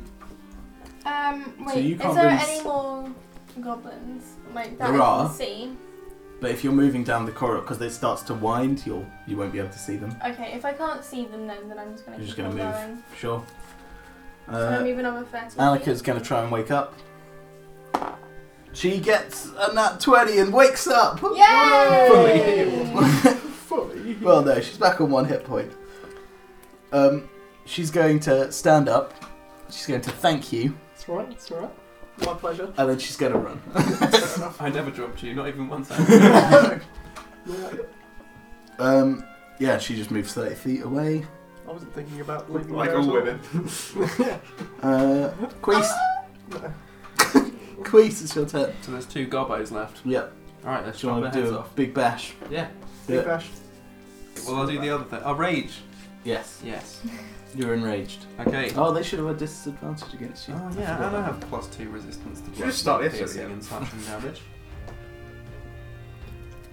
[SPEAKER 5] Um, wait,
[SPEAKER 4] you
[SPEAKER 5] is
[SPEAKER 4] can't
[SPEAKER 5] there
[SPEAKER 4] really
[SPEAKER 5] any
[SPEAKER 4] s-
[SPEAKER 5] more goblins? Like, that
[SPEAKER 4] There
[SPEAKER 5] we
[SPEAKER 4] are.
[SPEAKER 5] can see.
[SPEAKER 4] But if you're moving down the corridor, because it starts to wind, you'll, you won't be able to see them.
[SPEAKER 5] Okay, if I can't see them then, then I'm just gonna
[SPEAKER 4] You're just
[SPEAKER 5] keep
[SPEAKER 4] gonna
[SPEAKER 5] on
[SPEAKER 4] move.
[SPEAKER 5] going.
[SPEAKER 4] Sure.
[SPEAKER 5] So I'm
[SPEAKER 4] Uh,
[SPEAKER 5] moving over 30
[SPEAKER 4] Annika's
[SPEAKER 5] feet.
[SPEAKER 4] going to try and wake up. She gets a nat 20 and wakes up!
[SPEAKER 5] Yay!
[SPEAKER 2] Fully.
[SPEAKER 4] Well, no, she's back on one hit point. Um, she's going to stand up. She's going to thank you,
[SPEAKER 7] It's alright, it's alright. My pleasure.
[SPEAKER 4] and then she's going to run.
[SPEAKER 1] I never dropped you, not even one time.
[SPEAKER 7] Yeah,
[SPEAKER 4] Um, yeah, she just moves thirty feet away.
[SPEAKER 7] I wasn't thinking about
[SPEAKER 6] Like
[SPEAKER 7] leaving
[SPEAKER 6] like
[SPEAKER 7] there
[SPEAKER 6] all
[SPEAKER 7] at
[SPEAKER 6] women.
[SPEAKER 4] Uh, Queese. Queese, it's your turn.
[SPEAKER 1] so there's two gobos left.
[SPEAKER 4] Yep.
[SPEAKER 1] Alright, let's
[SPEAKER 4] Do you
[SPEAKER 1] chop their
[SPEAKER 4] want to
[SPEAKER 1] heads
[SPEAKER 4] do a
[SPEAKER 1] off.
[SPEAKER 4] big bash?
[SPEAKER 1] Yeah.
[SPEAKER 7] Big
[SPEAKER 4] Yeah.
[SPEAKER 7] bash.
[SPEAKER 1] Well, I'll do the other thing. Oh, rage.
[SPEAKER 4] Yes.
[SPEAKER 1] Yes.
[SPEAKER 4] You're enraged. Ah,
[SPEAKER 1] Okay.
[SPEAKER 4] Oh, they should have a disadvantage against you.
[SPEAKER 1] Oh yeah, and I have plus two resistance to
[SPEAKER 6] Should we start this
[SPEAKER 1] piercing
[SPEAKER 6] again?
[SPEAKER 1] and slashing damage.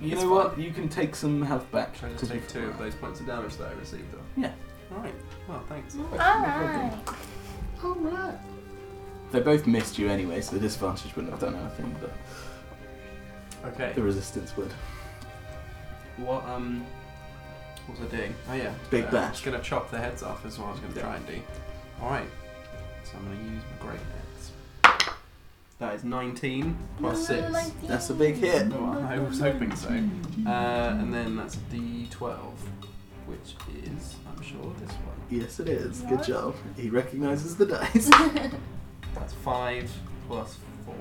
[SPEAKER 4] You
[SPEAKER 1] It's
[SPEAKER 4] know
[SPEAKER 1] fine.
[SPEAKER 4] what? You can take some health back.
[SPEAKER 1] Should I just
[SPEAKER 4] 'cause
[SPEAKER 1] take
[SPEAKER 4] you-
[SPEAKER 1] two of those points of damage that I received? Off?
[SPEAKER 4] Yeah.
[SPEAKER 1] Alright. Well, thanks.
[SPEAKER 5] Alright.
[SPEAKER 7] Alright.
[SPEAKER 4] They both missed you anyway, so the disadvantage wouldn't have done anything, but
[SPEAKER 1] Okay.
[SPEAKER 4] the resistance would.
[SPEAKER 1] What um, what was I doing? Oh yeah,
[SPEAKER 4] Big
[SPEAKER 1] uh,
[SPEAKER 4] bash.
[SPEAKER 1] I'm just gonna chop their heads off is what I was gonna try and do. All right, so I'm gonna use my great axe. That is 19 plus
[SPEAKER 5] Number
[SPEAKER 1] six.
[SPEAKER 5] 19.
[SPEAKER 4] That's a big hit.
[SPEAKER 1] Oh, I was hoping so. Uh, and then that's D12, which is I'm sure this one.
[SPEAKER 4] Yes, it is. Good job. He recognises the dice.
[SPEAKER 1] That's five plus four.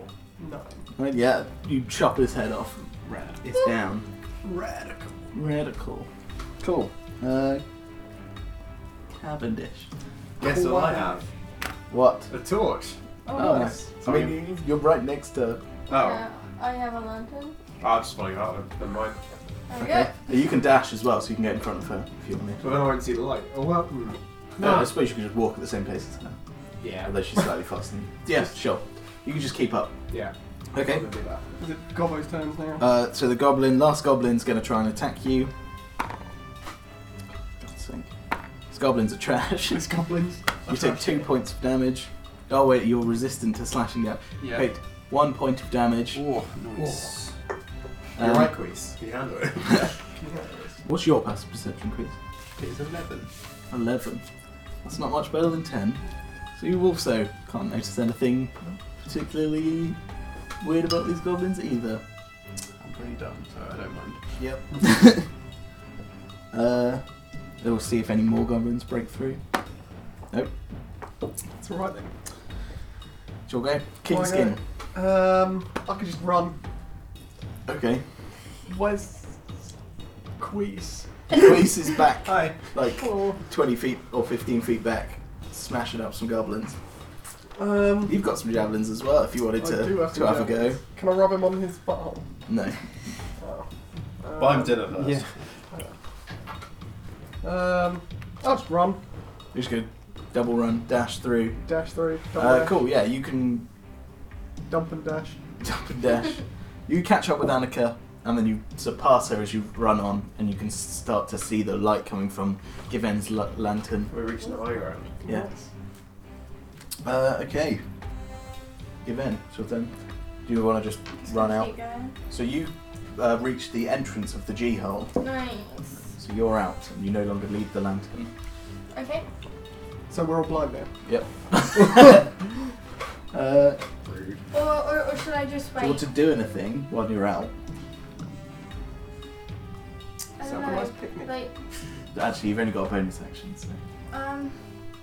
[SPEAKER 7] No.
[SPEAKER 4] Right, yeah, you chop his head off.
[SPEAKER 1] Rad.
[SPEAKER 4] It's down.
[SPEAKER 7] Radical.
[SPEAKER 4] Radical. Cool. Uh, Cavendish.
[SPEAKER 6] Guess what I have?
[SPEAKER 4] What?
[SPEAKER 6] A torch.
[SPEAKER 4] Oh,
[SPEAKER 7] nice.
[SPEAKER 4] I mean, you- you're right next to.
[SPEAKER 6] Oh,
[SPEAKER 5] Uh, I have a lantern.
[SPEAKER 6] I'll just follow you out then. Never mind.
[SPEAKER 5] There we
[SPEAKER 4] Okay. You can dash as well, so you can get in front of her if you want to.
[SPEAKER 6] Well, then I won't see the light. Oh, well. hmm.
[SPEAKER 4] No, I suppose you can just walk at the same pace as her,
[SPEAKER 6] Yeah.
[SPEAKER 4] although she's slightly faster than you. Yeah, sure. You can just keep up.
[SPEAKER 6] Yeah.
[SPEAKER 4] Okay.
[SPEAKER 6] I'll do that.
[SPEAKER 7] Is it Gobbo's turns now?
[SPEAKER 4] Uh, so the goblin, last goblin's going to try and attack you. Let's think. These goblins are trash.
[SPEAKER 7] It's goblins.
[SPEAKER 4] you take two points of damage. Oh wait, you're resistant to slashing damage.
[SPEAKER 1] Yeah.
[SPEAKER 4] Wait, one point of damage.
[SPEAKER 1] Oh, nice.
[SPEAKER 4] Um,
[SPEAKER 6] You're right, Queese. Can you handle it?
[SPEAKER 4] What's your passive perception, Chris?
[SPEAKER 1] It's 11.
[SPEAKER 4] Eleven. That's not much better than ten. So you also can't notice anything particularly weird about these goblins either.
[SPEAKER 1] I'm pretty dumb, so I don't mind.
[SPEAKER 4] Yep. uh, we'll see if any more goblins break through.
[SPEAKER 7] It's alright then.
[SPEAKER 4] It's your go. King
[SPEAKER 7] My
[SPEAKER 4] skin.
[SPEAKER 7] Um, I could just run.
[SPEAKER 4] Okay.
[SPEAKER 7] Where's Queese?
[SPEAKER 4] Queese is back,
[SPEAKER 7] Hi.
[SPEAKER 4] like
[SPEAKER 7] Oh.
[SPEAKER 4] 20 feet or 15 feet back, smashing up some goblins.
[SPEAKER 7] Um,
[SPEAKER 4] You've got some javelins as well if you wanted
[SPEAKER 7] I
[SPEAKER 4] to,
[SPEAKER 7] do have
[SPEAKER 4] to
[SPEAKER 7] some
[SPEAKER 4] have a go.
[SPEAKER 7] javelins. can I rub him on his butthole?
[SPEAKER 4] No.
[SPEAKER 7] Oh.
[SPEAKER 6] Buy him dinner first.
[SPEAKER 1] Yeah.
[SPEAKER 7] Um, I'll just run.
[SPEAKER 4] You're just going to double run, dash through.
[SPEAKER 7] Dash through. Dump,
[SPEAKER 4] Uh,
[SPEAKER 7] dash,
[SPEAKER 4] cool, yeah, you can
[SPEAKER 7] dump and dash.
[SPEAKER 4] jump and dash. you catch up with Annika, and then you surpass her as you run on, and you can s- start to see the light coming from Given's l- lantern.
[SPEAKER 6] We're reaching the high ground.
[SPEAKER 4] Yeah. Uh, okay. Given, so then, do you want to just run out?
[SPEAKER 5] Keep going.
[SPEAKER 4] So you uh, reach the entrance of the G hole.
[SPEAKER 5] Nice.
[SPEAKER 4] So you're out, and you no longer lead the lantern.
[SPEAKER 5] Okay.
[SPEAKER 7] So we're all blind now.
[SPEAKER 4] Uh,
[SPEAKER 6] Rude.
[SPEAKER 5] Or, or, or should I just
[SPEAKER 4] do you want
[SPEAKER 5] wait?
[SPEAKER 4] to do anything while you're out?
[SPEAKER 5] I
[SPEAKER 7] It's
[SPEAKER 5] don't
[SPEAKER 7] a nice
[SPEAKER 5] know.
[SPEAKER 7] picnic.
[SPEAKER 5] Like,
[SPEAKER 4] Actually, you've only got a bonus action, so.
[SPEAKER 5] um,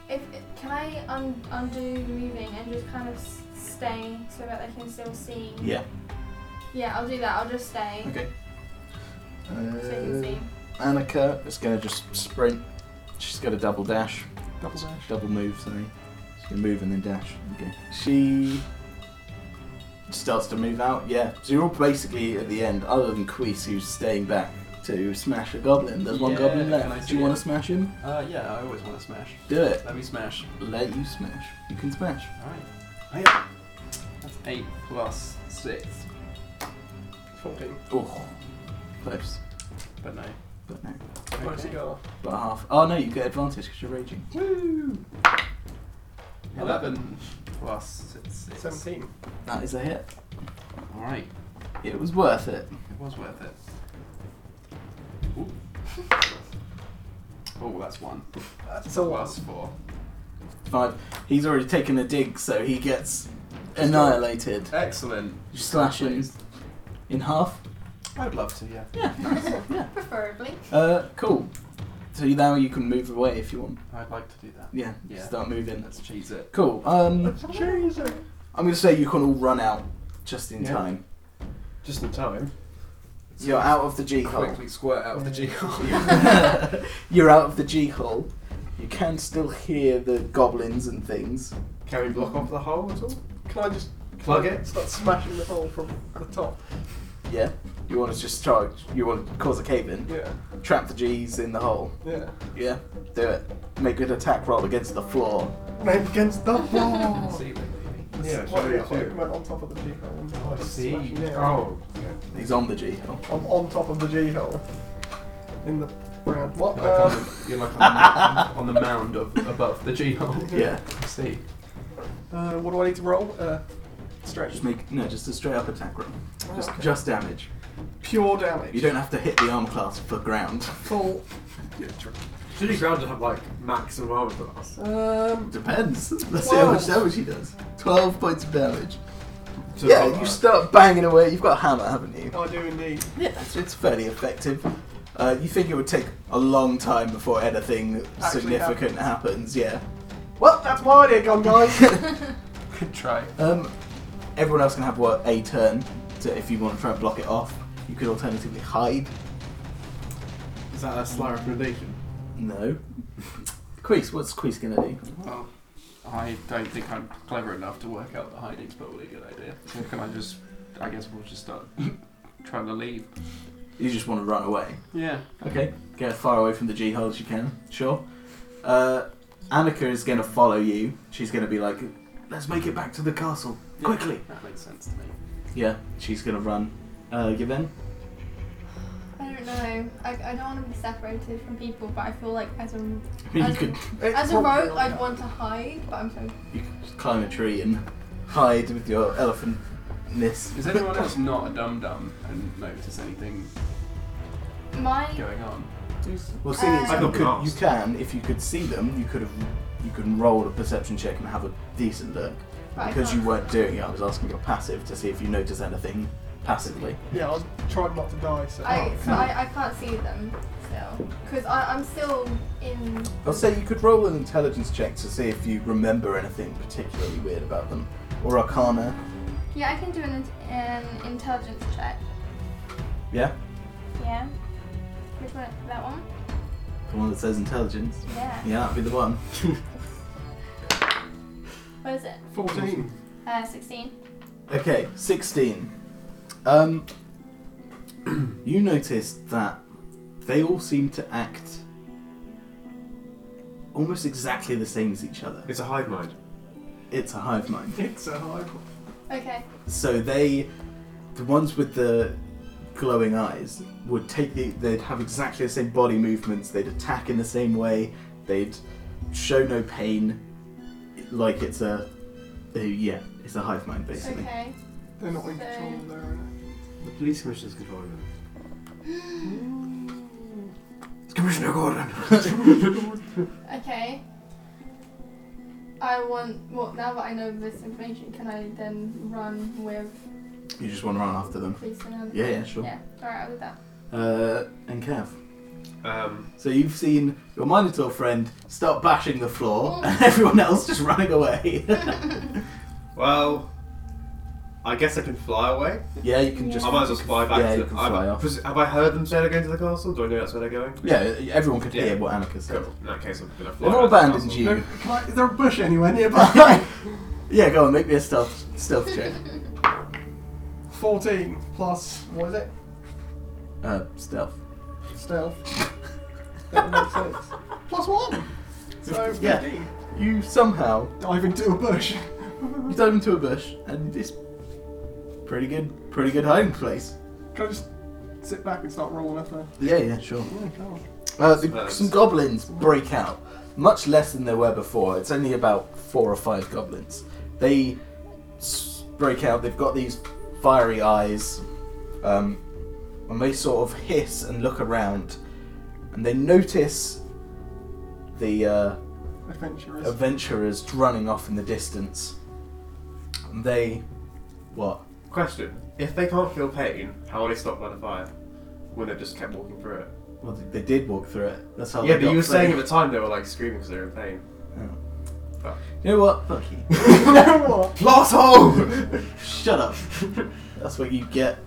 [SPEAKER 5] if can I un- undo the moving and just kind of s- stay so that they can still see?
[SPEAKER 4] Yeah.
[SPEAKER 5] Yeah, I'll do that. I'll just stay
[SPEAKER 4] Okay.
[SPEAKER 5] so you can
[SPEAKER 4] Uh,
[SPEAKER 5] see.
[SPEAKER 4] Annika is going to just sprint. She's got a double dash.
[SPEAKER 7] Double dash.
[SPEAKER 4] Double move, sorry. She's going to move and then dash. Okay. She starts to move out, yeah. So you're all basically at the end, other than Queese, who's staying back to smash a goblin. There's one
[SPEAKER 1] Yeah,
[SPEAKER 4] goblin
[SPEAKER 1] can I
[SPEAKER 4] left. Do you
[SPEAKER 1] see
[SPEAKER 4] want
[SPEAKER 1] it?
[SPEAKER 4] to smash him?
[SPEAKER 1] Uh, yeah, I always want to smash.
[SPEAKER 4] Do it.
[SPEAKER 1] Let me smash.
[SPEAKER 4] Let you smash. You can smash.
[SPEAKER 1] Alright. Yeah. That's 8 plus 6.
[SPEAKER 7] 14.
[SPEAKER 4] Oh, close.
[SPEAKER 1] But no.
[SPEAKER 4] But no.
[SPEAKER 7] Buy a
[SPEAKER 1] Okay.
[SPEAKER 7] cigar.
[SPEAKER 4] But half. Oh no, you get advantage because you're raging.
[SPEAKER 7] Woo!
[SPEAKER 1] Well, 11 plus it's 6.
[SPEAKER 7] 17.
[SPEAKER 4] That is a hit.
[SPEAKER 1] Alright,
[SPEAKER 4] It was worth it.
[SPEAKER 1] it was worth it. Ooh. Oh, that's 1.
[SPEAKER 7] That's a lot.
[SPEAKER 1] Plus 4.
[SPEAKER 4] Five. He's already taken a dig, so he gets annihilated.
[SPEAKER 1] Excellent.
[SPEAKER 4] You slash him in half.
[SPEAKER 1] I would love to, yeah.
[SPEAKER 4] Yeah, nice. yeah.
[SPEAKER 5] Preferably.
[SPEAKER 4] Uh, cool. So now you can move away if you want.
[SPEAKER 1] I'd like to do that.
[SPEAKER 4] Yeah.
[SPEAKER 1] Yeah.
[SPEAKER 4] Start moving.
[SPEAKER 1] Let's cheese it.
[SPEAKER 4] Cool. Um,
[SPEAKER 7] Jesus.
[SPEAKER 4] I'm gonna say you can all run out just in
[SPEAKER 6] Yeah.
[SPEAKER 4] time.
[SPEAKER 6] Just in time.
[SPEAKER 4] You're out of the G hole.
[SPEAKER 1] Quickly squirt out of the G
[SPEAKER 4] You're out of the G hole. You can still hear the goblins and things.
[SPEAKER 6] Can we block off the hole at all?
[SPEAKER 7] Can I just
[SPEAKER 6] Plug it?
[SPEAKER 7] start smashing the hole from the top?
[SPEAKER 4] Yeah. You want to just charge. You want to cause a cave in.
[SPEAKER 7] Yeah.
[SPEAKER 4] Trap the G's in the hole.
[SPEAKER 7] Yeah.
[SPEAKER 4] Yeah. Do it. Make an attack roll against the floor.
[SPEAKER 7] Name against the wall.
[SPEAKER 1] Ceiling, maybe.
[SPEAKER 6] Yeah,
[SPEAKER 7] Well,
[SPEAKER 6] sure,
[SPEAKER 7] yeah, I
[SPEAKER 6] sure.
[SPEAKER 7] went on top of the G hole. and
[SPEAKER 6] I
[SPEAKER 7] just
[SPEAKER 6] see.
[SPEAKER 7] smashing it.
[SPEAKER 6] Oh.
[SPEAKER 4] He's on the G hole.
[SPEAKER 7] I'm on top of the G hole. In the ground. What?
[SPEAKER 1] You're like,
[SPEAKER 7] Uh,
[SPEAKER 1] on the, you're like on, the, on the mound of, above the G hole.
[SPEAKER 4] Yeah.
[SPEAKER 1] I see.
[SPEAKER 7] uh, what do I need to roll? Uh, strength.
[SPEAKER 4] Just make no, just a straight up attack roll. Just just damage.
[SPEAKER 7] Pure damage.
[SPEAKER 4] You don't have to hit the arm class for ground.
[SPEAKER 7] Full.
[SPEAKER 6] Should he ground to have like maximum armor class?
[SPEAKER 7] Um,
[SPEAKER 4] Depends. Let's see how much
[SPEAKER 7] Twelve.
[SPEAKER 4] damage he does. Twelve points of damage.
[SPEAKER 6] So
[SPEAKER 4] yeah,
[SPEAKER 6] like-
[SPEAKER 4] you start banging away. You've got a hammer, haven't you?
[SPEAKER 7] I do indeed.
[SPEAKER 4] Yeah, it's- it's fairly effective. Uh, you think it would take a long time before anything
[SPEAKER 7] Actually
[SPEAKER 4] significant happens? Yeah.
[SPEAKER 7] Well, that's my idea gone, guys.
[SPEAKER 1] Good try.
[SPEAKER 4] Um, everyone else can have what a turn. So if you want to try and block it off, you could alternatively hide.
[SPEAKER 6] Is that a sly recommendation?
[SPEAKER 4] No. Queese, what's Queese gonna do?
[SPEAKER 1] Well, I don't think I'm clever enough to work out that hiding's probably a good idea. So can I just? I guess we'll just start trying to leave.
[SPEAKER 4] You just want to run away.
[SPEAKER 1] Yeah.
[SPEAKER 4] Okay. Get as far away from the G hole as you can. Sure. Uh, Annika is going to follow you. She's going to be like, let's make it back to the castle. Quickly.
[SPEAKER 1] That makes sense to me.
[SPEAKER 4] Yeah, she's going to run. Uh, Given?
[SPEAKER 5] I don't know. I, I don't want to be separated from people, but I feel like as a
[SPEAKER 4] You
[SPEAKER 5] as,
[SPEAKER 4] could,
[SPEAKER 5] a, as
[SPEAKER 7] It's
[SPEAKER 5] a rogue,
[SPEAKER 7] probably-
[SPEAKER 5] I'd want to hide, but I'm so
[SPEAKER 4] you could just climb a tree and hide with your elephantness.
[SPEAKER 1] Is anyone else not a dum dum and notice anything
[SPEAKER 5] my
[SPEAKER 1] going on?
[SPEAKER 4] Well, seeing as
[SPEAKER 5] I've
[SPEAKER 4] you,
[SPEAKER 6] not been
[SPEAKER 4] could, you
[SPEAKER 6] asked.
[SPEAKER 4] can, if you could see them, you could have, you can roll a perception check and have a decent look.
[SPEAKER 5] but I
[SPEAKER 4] Because
[SPEAKER 5] can't-
[SPEAKER 4] you weren't doing it, I was asking your passive to see if you notice anything passively.
[SPEAKER 7] Yeah, I tried not to die, so.
[SPEAKER 5] I so I, I can't see them still because I'm still in.
[SPEAKER 4] I'll say you could roll an intelligence check to see if you remember anything particularly weird about them. Or arcana.
[SPEAKER 5] Yeah, I can do an, int- an intelligence check.
[SPEAKER 4] Yeah?
[SPEAKER 5] Yeah. Which one? That one?
[SPEAKER 4] The one that says intelligence.
[SPEAKER 5] Yeah.
[SPEAKER 4] Yeah, that'd be the one.
[SPEAKER 5] What is it?
[SPEAKER 7] 14.
[SPEAKER 5] Uh, 16.
[SPEAKER 4] Okay, 16. Um, you noticed that they all seem to act almost exactly the same as each other.
[SPEAKER 6] It's a hive mind.
[SPEAKER 4] It's a hive mind.
[SPEAKER 7] It's a high.
[SPEAKER 5] Okay.
[SPEAKER 4] So they, the ones with the glowing eyes, would take the. They'd have exactly the same body movements. They'd attack in the same way. They'd show no pain. Like it's a, uh, yeah, it's a hive mind basically.
[SPEAKER 5] Okay.
[SPEAKER 7] They're not in
[SPEAKER 5] So-
[SPEAKER 7] control of their own.
[SPEAKER 6] The police commissioner's controlling them.
[SPEAKER 4] It's Commissioner Gordon.
[SPEAKER 5] Okay. I want. Well, now that I know this information, can I then run with
[SPEAKER 4] You just want to run after them.
[SPEAKER 5] police and
[SPEAKER 4] Yeah, yeah, sure.
[SPEAKER 5] Yeah. Alright, I'll do that.
[SPEAKER 4] Uh, and Kev.
[SPEAKER 6] Um,
[SPEAKER 4] So you've seen your Minotaur friend start bashing the floor,
[SPEAKER 5] Mm.
[SPEAKER 4] and everyone else just running away.
[SPEAKER 6] well, I guess I can fly away.
[SPEAKER 4] yeah, you can just.
[SPEAKER 6] I might as well fly back
[SPEAKER 4] Yeah,
[SPEAKER 6] to
[SPEAKER 4] you can
[SPEAKER 6] I've-
[SPEAKER 4] fly off.
[SPEAKER 6] pres- Have I heard them say they're going to the castle? Do I know that's where they're going?
[SPEAKER 4] Yeah, everyone could
[SPEAKER 6] Yeah.
[SPEAKER 4] hear what Annika said.
[SPEAKER 6] Cool. In that case, I'm going to fly
[SPEAKER 4] They've all
[SPEAKER 6] back to the
[SPEAKER 4] abandoned
[SPEAKER 6] castle.
[SPEAKER 4] you.
[SPEAKER 7] Can I, is there a bush anywhere nearby?
[SPEAKER 4] Yeah, go on, make me a stealth stealth check.
[SPEAKER 7] 14 plus, what is it?
[SPEAKER 4] Uh, stealth.
[SPEAKER 7] Stealth. That makes sense. Plus 1! So, 15.
[SPEAKER 4] Yeah. You somehow
[SPEAKER 7] Dive into a bush.
[SPEAKER 4] you dive into a bush and it's pretty good, pretty good hiding place.
[SPEAKER 7] Can I just sit back and start rolling up there?
[SPEAKER 4] Yeah, yeah, sure.
[SPEAKER 7] Yeah, come on.
[SPEAKER 4] Uh, the,
[SPEAKER 6] Nice.
[SPEAKER 4] some goblins break out. much less than there were before. It's only about four or five goblins. They s- break out. They've got these fiery eyes, um, and they sort of hiss and look around, and they notice the uh,
[SPEAKER 3] Adventurers.
[SPEAKER 4] adventurers running off in the distance. And they, what?
[SPEAKER 6] Question: If they can't feel pain, how are they stopped by the fire? When they just kept walking through it.
[SPEAKER 4] Well, they- they did walk through it. That's how.
[SPEAKER 6] yeah,
[SPEAKER 4] they
[SPEAKER 6] but
[SPEAKER 4] got
[SPEAKER 6] you were
[SPEAKER 4] through.
[SPEAKER 6] saying at the time they were like screaming because they were in pain. Oh.
[SPEAKER 4] You know what? Fuck you.
[SPEAKER 6] Plot hole.
[SPEAKER 2] Shut up. That's what you get.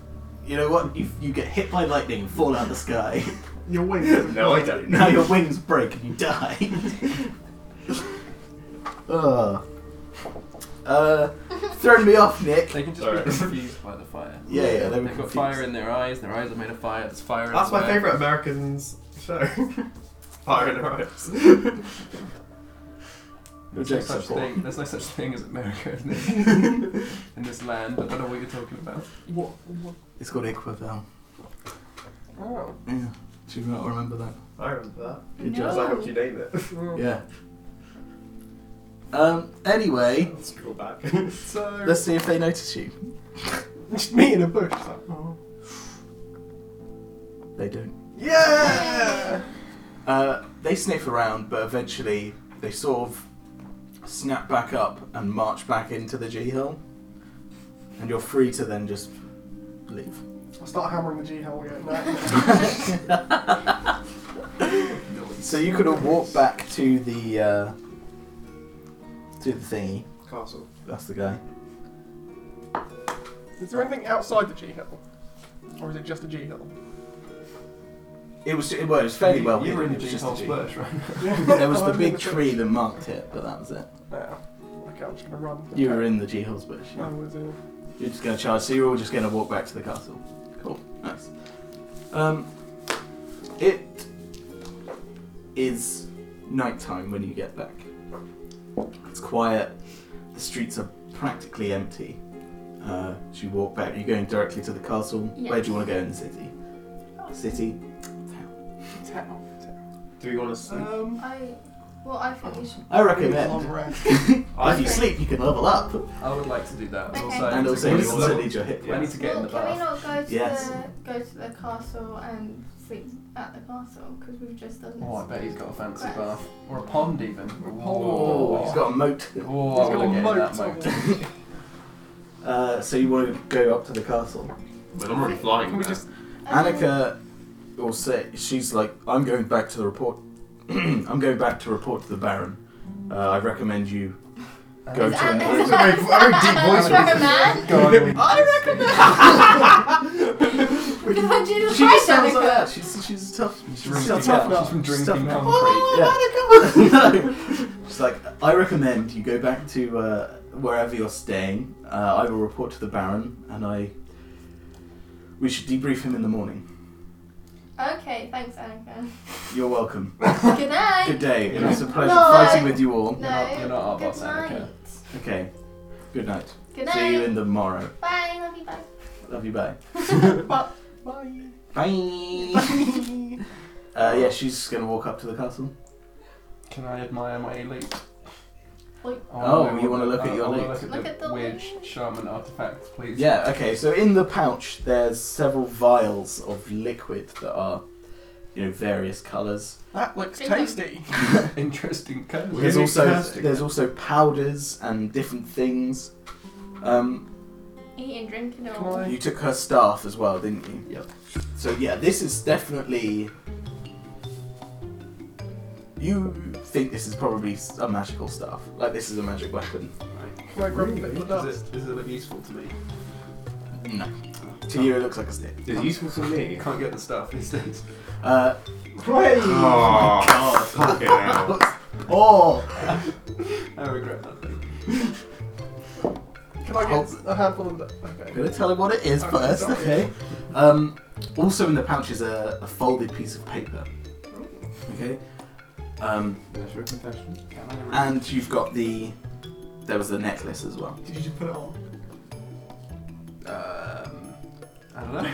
[SPEAKER 2] You know what? You, you get hit by lightning and fall out of the sky.
[SPEAKER 7] Your wings.
[SPEAKER 6] no, I don't.
[SPEAKER 2] now your wings break and you die.
[SPEAKER 4] Ugh. Uh, throwing me off, Nick.
[SPEAKER 1] They can just
[SPEAKER 6] Sorry.
[SPEAKER 1] be confused by the fire.
[SPEAKER 4] Yeah, yeah, they
[SPEAKER 1] They've
[SPEAKER 4] were
[SPEAKER 1] got
[SPEAKER 4] confused.
[SPEAKER 1] fire in their eyes. Their eyes are made of fire. There's fire.
[SPEAKER 6] That's my
[SPEAKER 1] everywhere.
[SPEAKER 6] favourite Americans show. Fire in the Rose.
[SPEAKER 1] There's no
[SPEAKER 4] Jake's
[SPEAKER 1] such
[SPEAKER 4] support.
[SPEAKER 1] thing. There's no such thing as America in this, in this land. I don't know what you're talking about.
[SPEAKER 7] What? what?
[SPEAKER 4] It's called Equivale.
[SPEAKER 6] Oh,
[SPEAKER 4] Yeah. Do you not remember that?
[SPEAKER 6] I remember that.
[SPEAKER 4] Good
[SPEAKER 5] No.
[SPEAKER 6] As I helped you name it.
[SPEAKER 4] Yeah. Um. Anyway,
[SPEAKER 6] Let's go back. so
[SPEAKER 4] let's see if they notice you.
[SPEAKER 6] just me in a bush. It's like, oh.
[SPEAKER 4] They don't.
[SPEAKER 6] Yeah.
[SPEAKER 4] Uh, they sniff around, but eventually they sort of snap back up and march back into the G hill, and you're free to then just leave.
[SPEAKER 7] I start hammering the G hole again.
[SPEAKER 4] So you could have walked back to the uh, to the thingy.
[SPEAKER 7] Castle.
[SPEAKER 4] That's the guy.
[SPEAKER 7] Is there anything outside the G hill, or is it just the G hill?
[SPEAKER 4] It was it was fairly well
[SPEAKER 1] You were in
[SPEAKER 4] hidden.
[SPEAKER 1] the G
[SPEAKER 4] It was just
[SPEAKER 1] hole
[SPEAKER 4] a G.
[SPEAKER 1] splash, right?
[SPEAKER 4] There was
[SPEAKER 7] Oh,
[SPEAKER 4] the
[SPEAKER 7] I'm in
[SPEAKER 4] big
[SPEAKER 7] the-
[SPEAKER 4] tree that marked it, but that was it. Uh,
[SPEAKER 7] No. Okay, I'm just gonna run. Oh,
[SPEAKER 4] You were in the G Hills bush.
[SPEAKER 7] I was in.
[SPEAKER 4] You're just gonna charge, so you're all just gonna walk back to the castle. Cool, nice. Um, it is nighttime when you get back. It's quiet. The streets are practically empty. Uh, as you walk back, you're going directly to the castle. Where do you want to go in the city? City.
[SPEAKER 6] Do we want to sleep?
[SPEAKER 7] Um.
[SPEAKER 5] Oh, I. Well, I think you should.
[SPEAKER 4] I
[SPEAKER 7] Long
[SPEAKER 4] recommend.
[SPEAKER 7] rest.
[SPEAKER 4] If you sleep, you can level up,
[SPEAKER 1] I would like to do that.
[SPEAKER 5] Okay.
[SPEAKER 1] Also, I
[SPEAKER 4] and
[SPEAKER 1] need
[SPEAKER 4] also
[SPEAKER 1] to
[SPEAKER 4] you
[SPEAKER 1] get
[SPEAKER 4] also
[SPEAKER 1] level-
[SPEAKER 4] need your hit
[SPEAKER 1] I need
[SPEAKER 4] points.
[SPEAKER 1] to get in
[SPEAKER 5] well,
[SPEAKER 1] the
[SPEAKER 5] can we
[SPEAKER 1] bath.
[SPEAKER 5] not go to
[SPEAKER 4] Yes.
[SPEAKER 5] the go to the castle and sleep at the castle because we've just done this?
[SPEAKER 1] Oh, I bet he's got a fancy
[SPEAKER 5] Right.
[SPEAKER 1] bath or a pond even.
[SPEAKER 4] Oh,
[SPEAKER 1] Oh,
[SPEAKER 4] he's got a moat.
[SPEAKER 1] Oh,
[SPEAKER 7] He's
[SPEAKER 1] I
[SPEAKER 7] got
[SPEAKER 1] want to
[SPEAKER 7] a
[SPEAKER 1] get in that
[SPEAKER 7] moat on
[SPEAKER 1] moat.
[SPEAKER 7] it.
[SPEAKER 4] Uh, so you want to go up to the castle.
[SPEAKER 6] But I'm already flying.
[SPEAKER 7] Can we
[SPEAKER 6] now.
[SPEAKER 7] just?
[SPEAKER 5] Um,
[SPEAKER 4] Annika will say she's like, I'm going back to the report. I'm going back to report to the Baron. Uh, I recommend you go
[SPEAKER 5] is
[SPEAKER 4] to
[SPEAKER 5] Anna-
[SPEAKER 4] him.
[SPEAKER 6] It's a very- very deep voice
[SPEAKER 5] Anna
[SPEAKER 6] when
[SPEAKER 5] a man? Because I didn't
[SPEAKER 4] She
[SPEAKER 5] like
[SPEAKER 4] just sounds like
[SPEAKER 5] Annika.
[SPEAKER 4] that. She's she's a tough. She's,
[SPEAKER 1] Drinking,
[SPEAKER 4] a tough nut.
[SPEAKER 1] she's been
[SPEAKER 4] She's a
[SPEAKER 1] drinking
[SPEAKER 4] tough nut.
[SPEAKER 1] concrete.
[SPEAKER 4] No. She's like, I recommend you go back to uh, wherever you're staying. Uh, I will report to the Baron, and I. We should debrief him in the morning.
[SPEAKER 5] Okay, thanks, Annika.
[SPEAKER 4] You're welcome.
[SPEAKER 5] Good night.
[SPEAKER 4] Good day. It was a pleasure
[SPEAKER 5] No.
[SPEAKER 4] fighting with you all.
[SPEAKER 5] No,
[SPEAKER 1] You're not- you're not our
[SPEAKER 5] good
[SPEAKER 1] boss, Annika.
[SPEAKER 5] night.
[SPEAKER 4] Okay. Good night.
[SPEAKER 5] Good night.
[SPEAKER 4] See you in the morrow.
[SPEAKER 5] Bye, love you, bye.
[SPEAKER 4] Love you, bye.
[SPEAKER 7] Bye.
[SPEAKER 4] Bye. uh, yeah, she's gonna walk up to the castle.
[SPEAKER 1] Can I admire my elite?
[SPEAKER 5] Look.
[SPEAKER 1] I wanna
[SPEAKER 4] Oh,
[SPEAKER 1] know what
[SPEAKER 4] you wanna
[SPEAKER 1] the-
[SPEAKER 4] look at
[SPEAKER 1] I- I
[SPEAKER 4] your
[SPEAKER 1] wanna
[SPEAKER 4] elite.
[SPEAKER 1] Look at
[SPEAKER 5] Look at
[SPEAKER 1] the
[SPEAKER 5] the
[SPEAKER 1] weird
[SPEAKER 5] elite.
[SPEAKER 1] shaman artifact, please.
[SPEAKER 4] Yeah. Okay. So in the pouch, there's several vials of liquid that are, you know, various colours.
[SPEAKER 7] That looks
[SPEAKER 5] Drink 'em.
[SPEAKER 7] tasty.
[SPEAKER 1] Interesting code.
[SPEAKER 4] There's
[SPEAKER 6] Really
[SPEAKER 4] also
[SPEAKER 6] fantastic.
[SPEAKER 4] there's also powders and different things. Um,
[SPEAKER 5] Eat and drink and
[SPEAKER 7] Can
[SPEAKER 5] all.
[SPEAKER 7] I?
[SPEAKER 4] you took her staff as well, didn't you?
[SPEAKER 7] Yep.
[SPEAKER 4] So yeah, this is definitely. You think this is probably a magical staff? Like this is a magic weapon?
[SPEAKER 7] Can I grab a bit of the
[SPEAKER 1] Is
[SPEAKER 7] dust?
[SPEAKER 1] it, does it look useful to me?
[SPEAKER 4] No. To you, it looks like a stick.
[SPEAKER 6] It's useful for
[SPEAKER 1] You
[SPEAKER 6] me.
[SPEAKER 1] can't get the stuff these days.
[SPEAKER 4] Uh,
[SPEAKER 6] Hey! Oh, fucking hell.
[SPEAKER 4] oh,
[SPEAKER 1] I regret that thing.
[SPEAKER 7] Can I get a handful of that?
[SPEAKER 4] I'm
[SPEAKER 7] Okay.
[SPEAKER 4] gonna tell him what it is
[SPEAKER 7] Okay,
[SPEAKER 4] first.
[SPEAKER 7] sorry.
[SPEAKER 4] Okay. Um, also in the pouch is a, a folded piece of paper. Okay. Um,
[SPEAKER 6] That's your confession.
[SPEAKER 1] Can I regret
[SPEAKER 4] and you've got the. There was the necklace as well.
[SPEAKER 7] Did you just put it on?
[SPEAKER 1] Um, I don't know.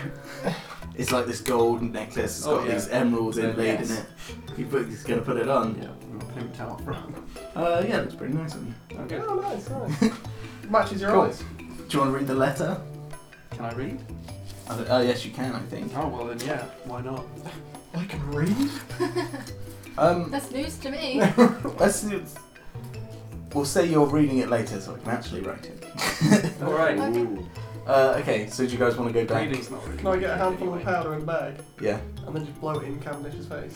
[SPEAKER 4] It's like this gold necklace. It's
[SPEAKER 1] Oh,
[SPEAKER 4] got
[SPEAKER 1] yeah.
[SPEAKER 4] these emeralds
[SPEAKER 1] Yeah,
[SPEAKER 4] inlaid
[SPEAKER 1] yes.
[SPEAKER 4] in it. He put, he's gonna put it on.
[SPEAKER 1] Yeah, I'm gonna pimped out from.
[SPEAKER 4] Uh, yeah, looks pretty nice on you.
[SPEAKER 1] Okay.
[SPEAKER 7] Oh, nice, nice. Matches your
[SPEAKER 1] Cool.
[SPEAKER 7] eyes.
[SPEAKER 4] Do you want to read the letter?
[SPEAKER 1] Can I read?
[SPEAKER 4] I th- oh, yes, you can. I think.
[SPEAKER 1] Oh well, then yeah. Why not?
[SPEAKER 7] I can read.
[SPEAKER 4] Um,
[SPEAKER 5] That's news to me.
[SPEAKER 4] let's. do- We'll say you're reading it later, so I can actually write it.
[SPEAKER 1] All right.
[SPEAKER 5] Okay.
[SPEAKER 4] uh, okay. So do you guys want to go back?
[SPEAKER 1] Reading's not really.
[SPEAKER 7] Can I get a
[SPEAKER 1] needed
[SPEAKER 7] handful of
[SPEAKER 1] anyway.
[SPEAKER 7] powder in a bag
[SPEAKER 4] Yeah.
[SPEAKER 7] and then just blow it in Cavendish's face?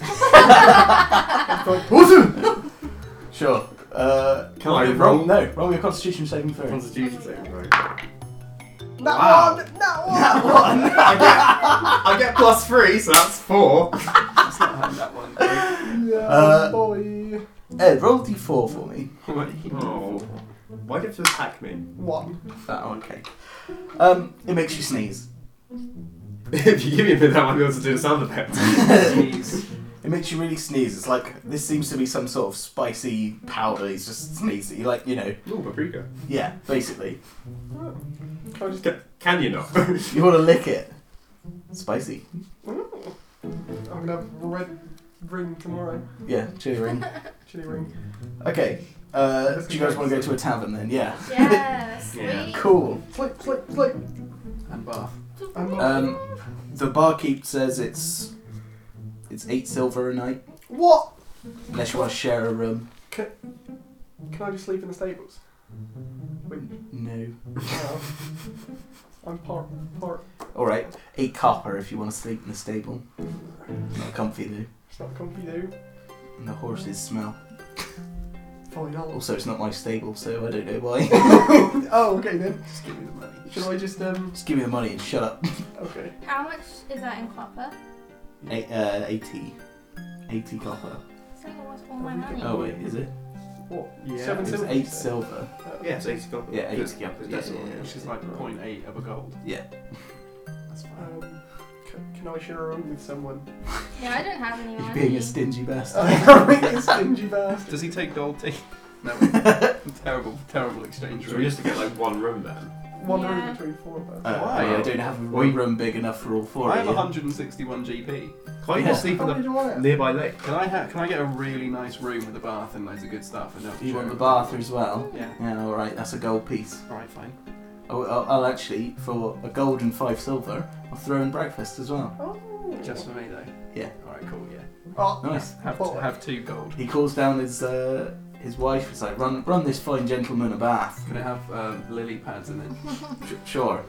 [SPEAKER 4] Sure. Uh,
[SPEAKER 8] Can I
[SPEAKER 4] no,
[SPEAKER 8] roll?
[SPEAKER 4] No. Roll your Constitution saving throw.
[SPEAKER 1] Constitution
[SPEAKER 5] saving
[SPEAKER 1] throw.
[SPEAKER 7] That
[SPEAKER 1] Wow.
[SPEAKER 7] one! That one!
[SPEAKER 4] That one.
[SPEAKER 7] I get, I get plus three, so that's four.
[SPEAKER 1] That's not how that one. goes.
[SPEAKER 7] Yeah,
[SPEAKER 4] Uh,
[SPEAKER 7] boy.
[SPEAKER 4] Ed, roll d4 for me.
[SPEAKER 1] What are you doing
[SPEAKER 7] Oh.
[SPEAKER 1] for?
[SPEAKER 7] Why did you attack me? One.
[SPEAKER 4] Oh, okay. Um, it makes you sneeze.
[SPEAKER 6] if you give me a bit of that, I might be able to do the sound effect.
[SPEAKER 1] Jeez.
[SPEAKER 4] It makes you really sneeze. It's like this seems to be some sort of spicy powder. He's just sneezing. Like you know,
[SPEAKER 6] Ooh, paprika.
[SPEAKER 4] yeah, basically.
[SPEAKER 7] Can I just
[SPEAKER 6] Ca- Can you not?
[SPEAKER 4] You want to lick it. Spicy.
[SPEAKER 7] I'm gonna have a red ring tomorrow.
[SPEAKER 4] Yeah, cheering.
[SPEAKER 7] Chili ring.
[SPEAKER 4] Okay. Uh, do you guys want to go to a tavern then? Yeah.
[SPEAKER 5] yeah, sweet.
[SPEAKER 6] Yeah.
[SPEAKER 4] Cool.
[SPEAKER 7] Click, click, click.
[SPEAKER 1] And bath.
[SPEAKER 7] I'm not-
[SPEAKER 4] Um, the barkeep says it's it's eight silver a night,
[SPEAKER 7] What?
[SPEAKER 4] unless you want to share a room.
[SPEAKER 7] Can I just sleep in the stables?
[SPEAKER 4] No.
[SPEAKER 7] No. I'm part. part.
[SPEAKER 4] All right, eight copper if you want to sleep in the stable. Not comfy though,
[SPEAKER 7] It's not comfy though.
[SPEAKER 4] and the horses smell.
[SPEAKER 7] Fine, I'll.
[SPEAKER 4] Also, it's not my stable, so I don't know why.
[SPEAKER 7] oh, okay then.
[SPEAKER 1] Just give me the money.
[SPEAKER 7] Should I just um?
[SPEAKER 4] Just give me the money and shut up.
[SPEAKER 7] Okay.
[SPEAKER 5] How much is that in copper?
[SPEAKER 4] Eight, uh, 80. 80 copper.
[SPEAKER 5] It's like almost all my money.
[SPEAKER 4] Oh, wait, is it?
[SPEAKER 7] What?
[SPEAKER 1] Yeah.
[SPEAKER 7] Seven
[SPEAKER 4] It's
[SPEAKER 7] silver. you
[SPEAKER 4] 8
[SPEAKER 7] said?
[SPEAKER 4] silver.
[SPEAKER 7] Uh,
[SPEAKER 6] yeah, it's 80 gold.
[SPEAKER 4] Yeah, 80
[SPEAKER 1] Yeah,
[SPEAKER 4] copper.
[SPEAKER 1] it's
[SPEAKER 4] Yeah,
[SPEAKER 1] decimal,
[SPEAKER 4] yeah,
[SPEAKER 1] which is like 0.8 of a gold.
[SPEAKER 4] Yeah.
[SPEAKER 1] That's fine.
[SPEAKER 7] Um, c- can I share a room with someone?
[SPEAKER 5] Yeah, I don't have any
[SPEAKER 4] You're
[SPEAKER 5] money.
[SPEAKER 4] being a stingy bastard.
[SPEAKER 7] I'm a stingy bastard.
[SPEAKER 1] Does he take gold teeth? No. terrible, terrible exchange
[SPEAKER 6] So we
[SPEAKER 1] rate.
[SPEAKER 6] used to get like one room then.
[SPEAKER 7] One
[SPEAKER 5] Yeah.
[SPEAKER 7] room between four of us.
[SPEAKER 4] Uh,
[SPEAKER 1] Why?
[SPEAKER 4] I don't have a
[SPEAKER 6] Why?
[SPEAKER 4] room, room big enough for all four
[SPEAKER 1] I
[SPEAKER 4] of
[SPEAKER 1] have
[SPEAKER 4] you.
[SPEAKER 1] 161 GP.
[SPEAKER 6] Can't you
[SPEAKER 4] Yeah.
[SPEAKER 6] just sleep
[SPEAKER 7] How
[SPEAKER 6] in
[SPEAKER 7] many do I
[SPEAKER 6] the
[SPEAKER 7] have?
[SPEAKER 6] nearby lake?
[SPEAKER 1] Can I ha- can I get a really nice room with a bath and loads of good stuff? And
[SPEAKER 4] Do you want the bath as well?
[SPEAKER 1] Yeah.
[SPEAKER 4] Yeah, alright, that's a gold piece.
[SPEAKER 1] All right, fine.
[SPEAKER 4] I'll, I'll, I'll actually, for a gold and five silver, I'll throw in breakfast as well.
[SPEAKER 7] Oh.
[SPEAKER 1] Just for me though.
[SPEAKER 4] Yeah.
[SPEAKER 1] All right, cool. Yeah.
[SPEAKER 7] Oh,
[SPEAKER 4] Nice.
[SPEAKER 1] Have
[SPEAKER 7] Well-
[SPEAKER 1] have two gold.
[SPEAKER 4] He calls down his uh, his wife, he's like, run, run this fine gentleman a bath.
[SPEAKER 1] Can I have um, lily pads in it?
[SPEAKER 4] Sh- sure.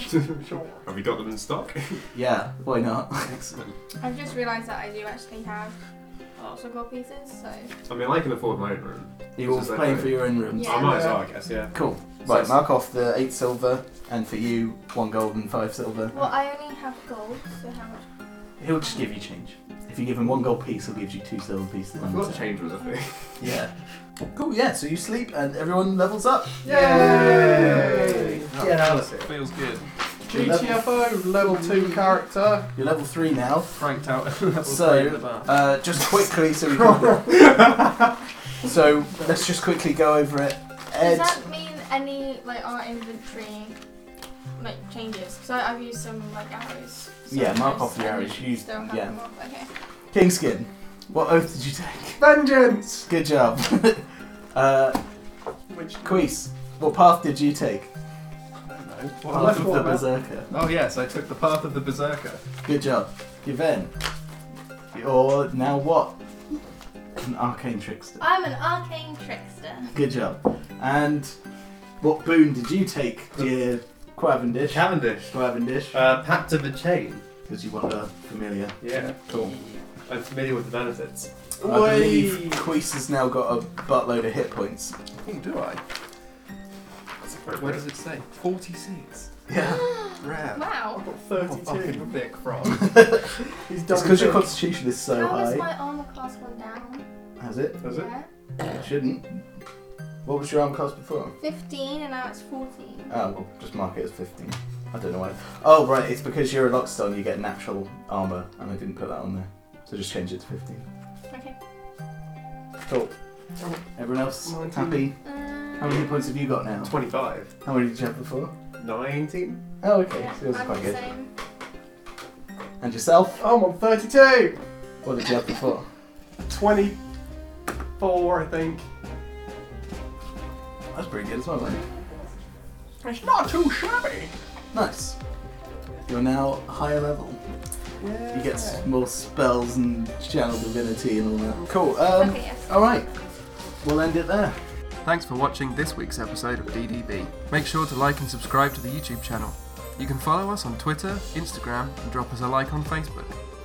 [SPEAKER 7] sure.
[SPEAKER 6] Have we got them in stock?
[SPEAKER 4] Yeah, why not?
[SPEAKER 1] Excellent.
[SPEAKER 5] I've just realised that I do actually have lots of gold pieces, so
[SPEAKER 6] I mean, I can afford my own room.
[SPEAKER 4] You're all
[SPEAKER 6] This is
[SPEAKER 4] playing
[SPEAKER 6] like-
[SPEAKER 4] for your own rooms.
[SPEAKER 5] Yeah.
[SPEAKER 6] I might as well, I guess, yeah.
[SPEAKER 4] Cool.
[SPEAKER 6] So
[SPEAKER 4] Right,
[SPEAKER 6] it's-
[SPEAKER 4] mark off the eight silver, and for you, one gold and five silver.
[SPEAKER 5] well I only have gold, so how much
[SPEAKER 4] He'll just give you change. If you give him one gold piece, he'll give you two silver pieces.
[SPEAKER 6] I forgot change was a thing.
[SPEAKER 4] Yeah. Cool, yeah, so you sleep and everyone levels up.
[SPEAKER 7] Yay!
[SPEAKER 4] Get out of
[SPEAKER 1] Feels good.
[SPEAKER 7] GTFO level two character.
[SPEAKER 4] You're level three now.
[SPEAKER 1] Franked out. level
[SPEAKER 4] So,
[SPEAKER 1] three in the bath.
[SPEAKER 4] Uh, just quickly, so we can. so, let's just quickly go over it.
[SPEAKER 5] Does
[SPEAKER 4] Ed,
[SPEAKER 5] that mean any like our inventory like changes? Because I've used some like arrows. so
[SPEAKER 4] Yeah, mark
[SPEAKER 5] I
[SPEAKER 4] off
[SPEAKER 5] just- I
[SPEAKER 4] your arrows. You-
[SPEAKER 5] still have
[SPEAKER 4] yeah.
[SPEAKER 5] them off, Okay.
[SPEAKER 4] Kingskin, what oath did you take?
[SPEAKER 7] Vengeance!
[SPEAKER 4] Good job. uh,
[SPEAKER 7] Which
[SPEAKER 4] Queese, what path did you take?
[SPEAKER 1] I don't know. What
[SPEAKER 7] Well,
[SPEAKER 1] other-
[SPEAKER 7] left
[SPEAKER 4] Path of
[SPEAKER 7] one,
[SPEAKER 4] the
[SPEAKER 7] man.
[SPEAKER 4] Berserker.
[SPEAKER 1] Oh yes, I took the path of the berserker.
[SPEAKER 4] Good job. Yvonne, you're now what? An arcane trickster.
[SPEAKER 5] I'm an arcane trickster.
[SPEAKER 4] Good job. And what boon did you take, dear Quavendish?
[SPEAKER 6] Cavendish.
[SPEAKER 4] Quavendish,
[SPEAKER 6] Uh, Pact of the Chain.
[SPEAKER 4] because you want a familiar.
[SPEAKER 6] Yeah.
[SPEAKER 4] Cool.
[SPEAKER 6] I'm familiar with the benefits.
[SPEAKER 4] I believe Queese has now got a buttload of hit points.
[SPEAKER 1] Oh, do I?
[SPEAKER 6] That's
[SPEAKER 1] Where
[SPEAKER 6] appropriate.
[SPEAKER 1] does it say? 46.
[SPEAKER 4] Yeah.
[SPEAKER 1] Rare.
[SPEAKER 5] Wow.
[SPEAKER 7] I've got
[SPEAKER 1] Oh, fucking
[SPEAKER 7] 32.
[SPEAKER 1] thick frog.
[SPEAKER 7] He's
[SPEAKER 4] It's
[SPEAKER 7] double
[SPEAKER 4] because
[SPEAKER 7] thick.
[SPEAKER 4] your constitution is so
[SPEAKER 5] How is
[SPEAKER 4] high.
[SPEAKER 5] my armor class gone down?
[SPEAKER 4] Has it?
[SPEAKER 6] Does it?
[SPEAKER 5] Yeah.
[SPEAKER 4] It shouldn't. What was your arm class before?
[SPEAKER 5] 15 and now it's 14.
[SPEAKER 4] Oh, well, just mark it as 15. I don't know why. Oh, right, it's because you're a Lockstone, you get natural armour, and I didn't put that on there. So just change it to 15.
[SPEAKER 5] Okay.
[SPEAKER 4] Cool. Everyone else
[SPEAKER 7] Nineteen.
[SPEAKER 4] happy?
[SPEAKER 5] Um,
[SPEAKER 4] How many points have you got now?
[SPEAKER 6] 25.
[SPEAKER 4] How many did you have before?
[SPEAKER 6] 19.
[SPEAKER 4] Oh, okay.
[SPEAKER 5] Yeah,
[SPEAKER 4] so yours is
[SPEAKER 5] I'm
[SPEAKER 4] quite
[SPEAKER 5] the
[SPEAKER 4] good.
[SPEAKER 5] same.
[SPEAKER 4] And yourself?
[SPEAKER 7] Oh, I'm on 32!
[SPEAKER 4] What did you have before?
[SPEAKER 7] 24, I think.
[SPEAKER 4] That's pretty good as well, wasn't it?
[SPEAKER 7] It's not too shabby.
[SPEAKER 4] Nice. You're now higher level.
[SPEAKER 7] Yeah.
[SPEAKER 4] You get s- more spells and channel divinity and all that. Cool. Um,
[SPEAKER 5] Okay, yes.
[SPEAKER 4] All right. We'll end it there.
[SPEAKER 1] Thanks for watching this week's episode of DDB. Make sure to like and subscribe to the YouTube channel. You can follow us on Twitter, Instagram, and drop us a like on Facebook.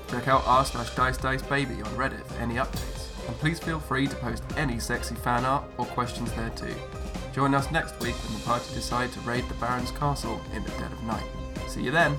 [SPEAKER 1] Check out r slash dice dice baby on Reddit for any updates. And please feel free to post any sexy fan art or questions there too. Join us next week when the party decide to raid the Baron's castle in the dead of night. See you then!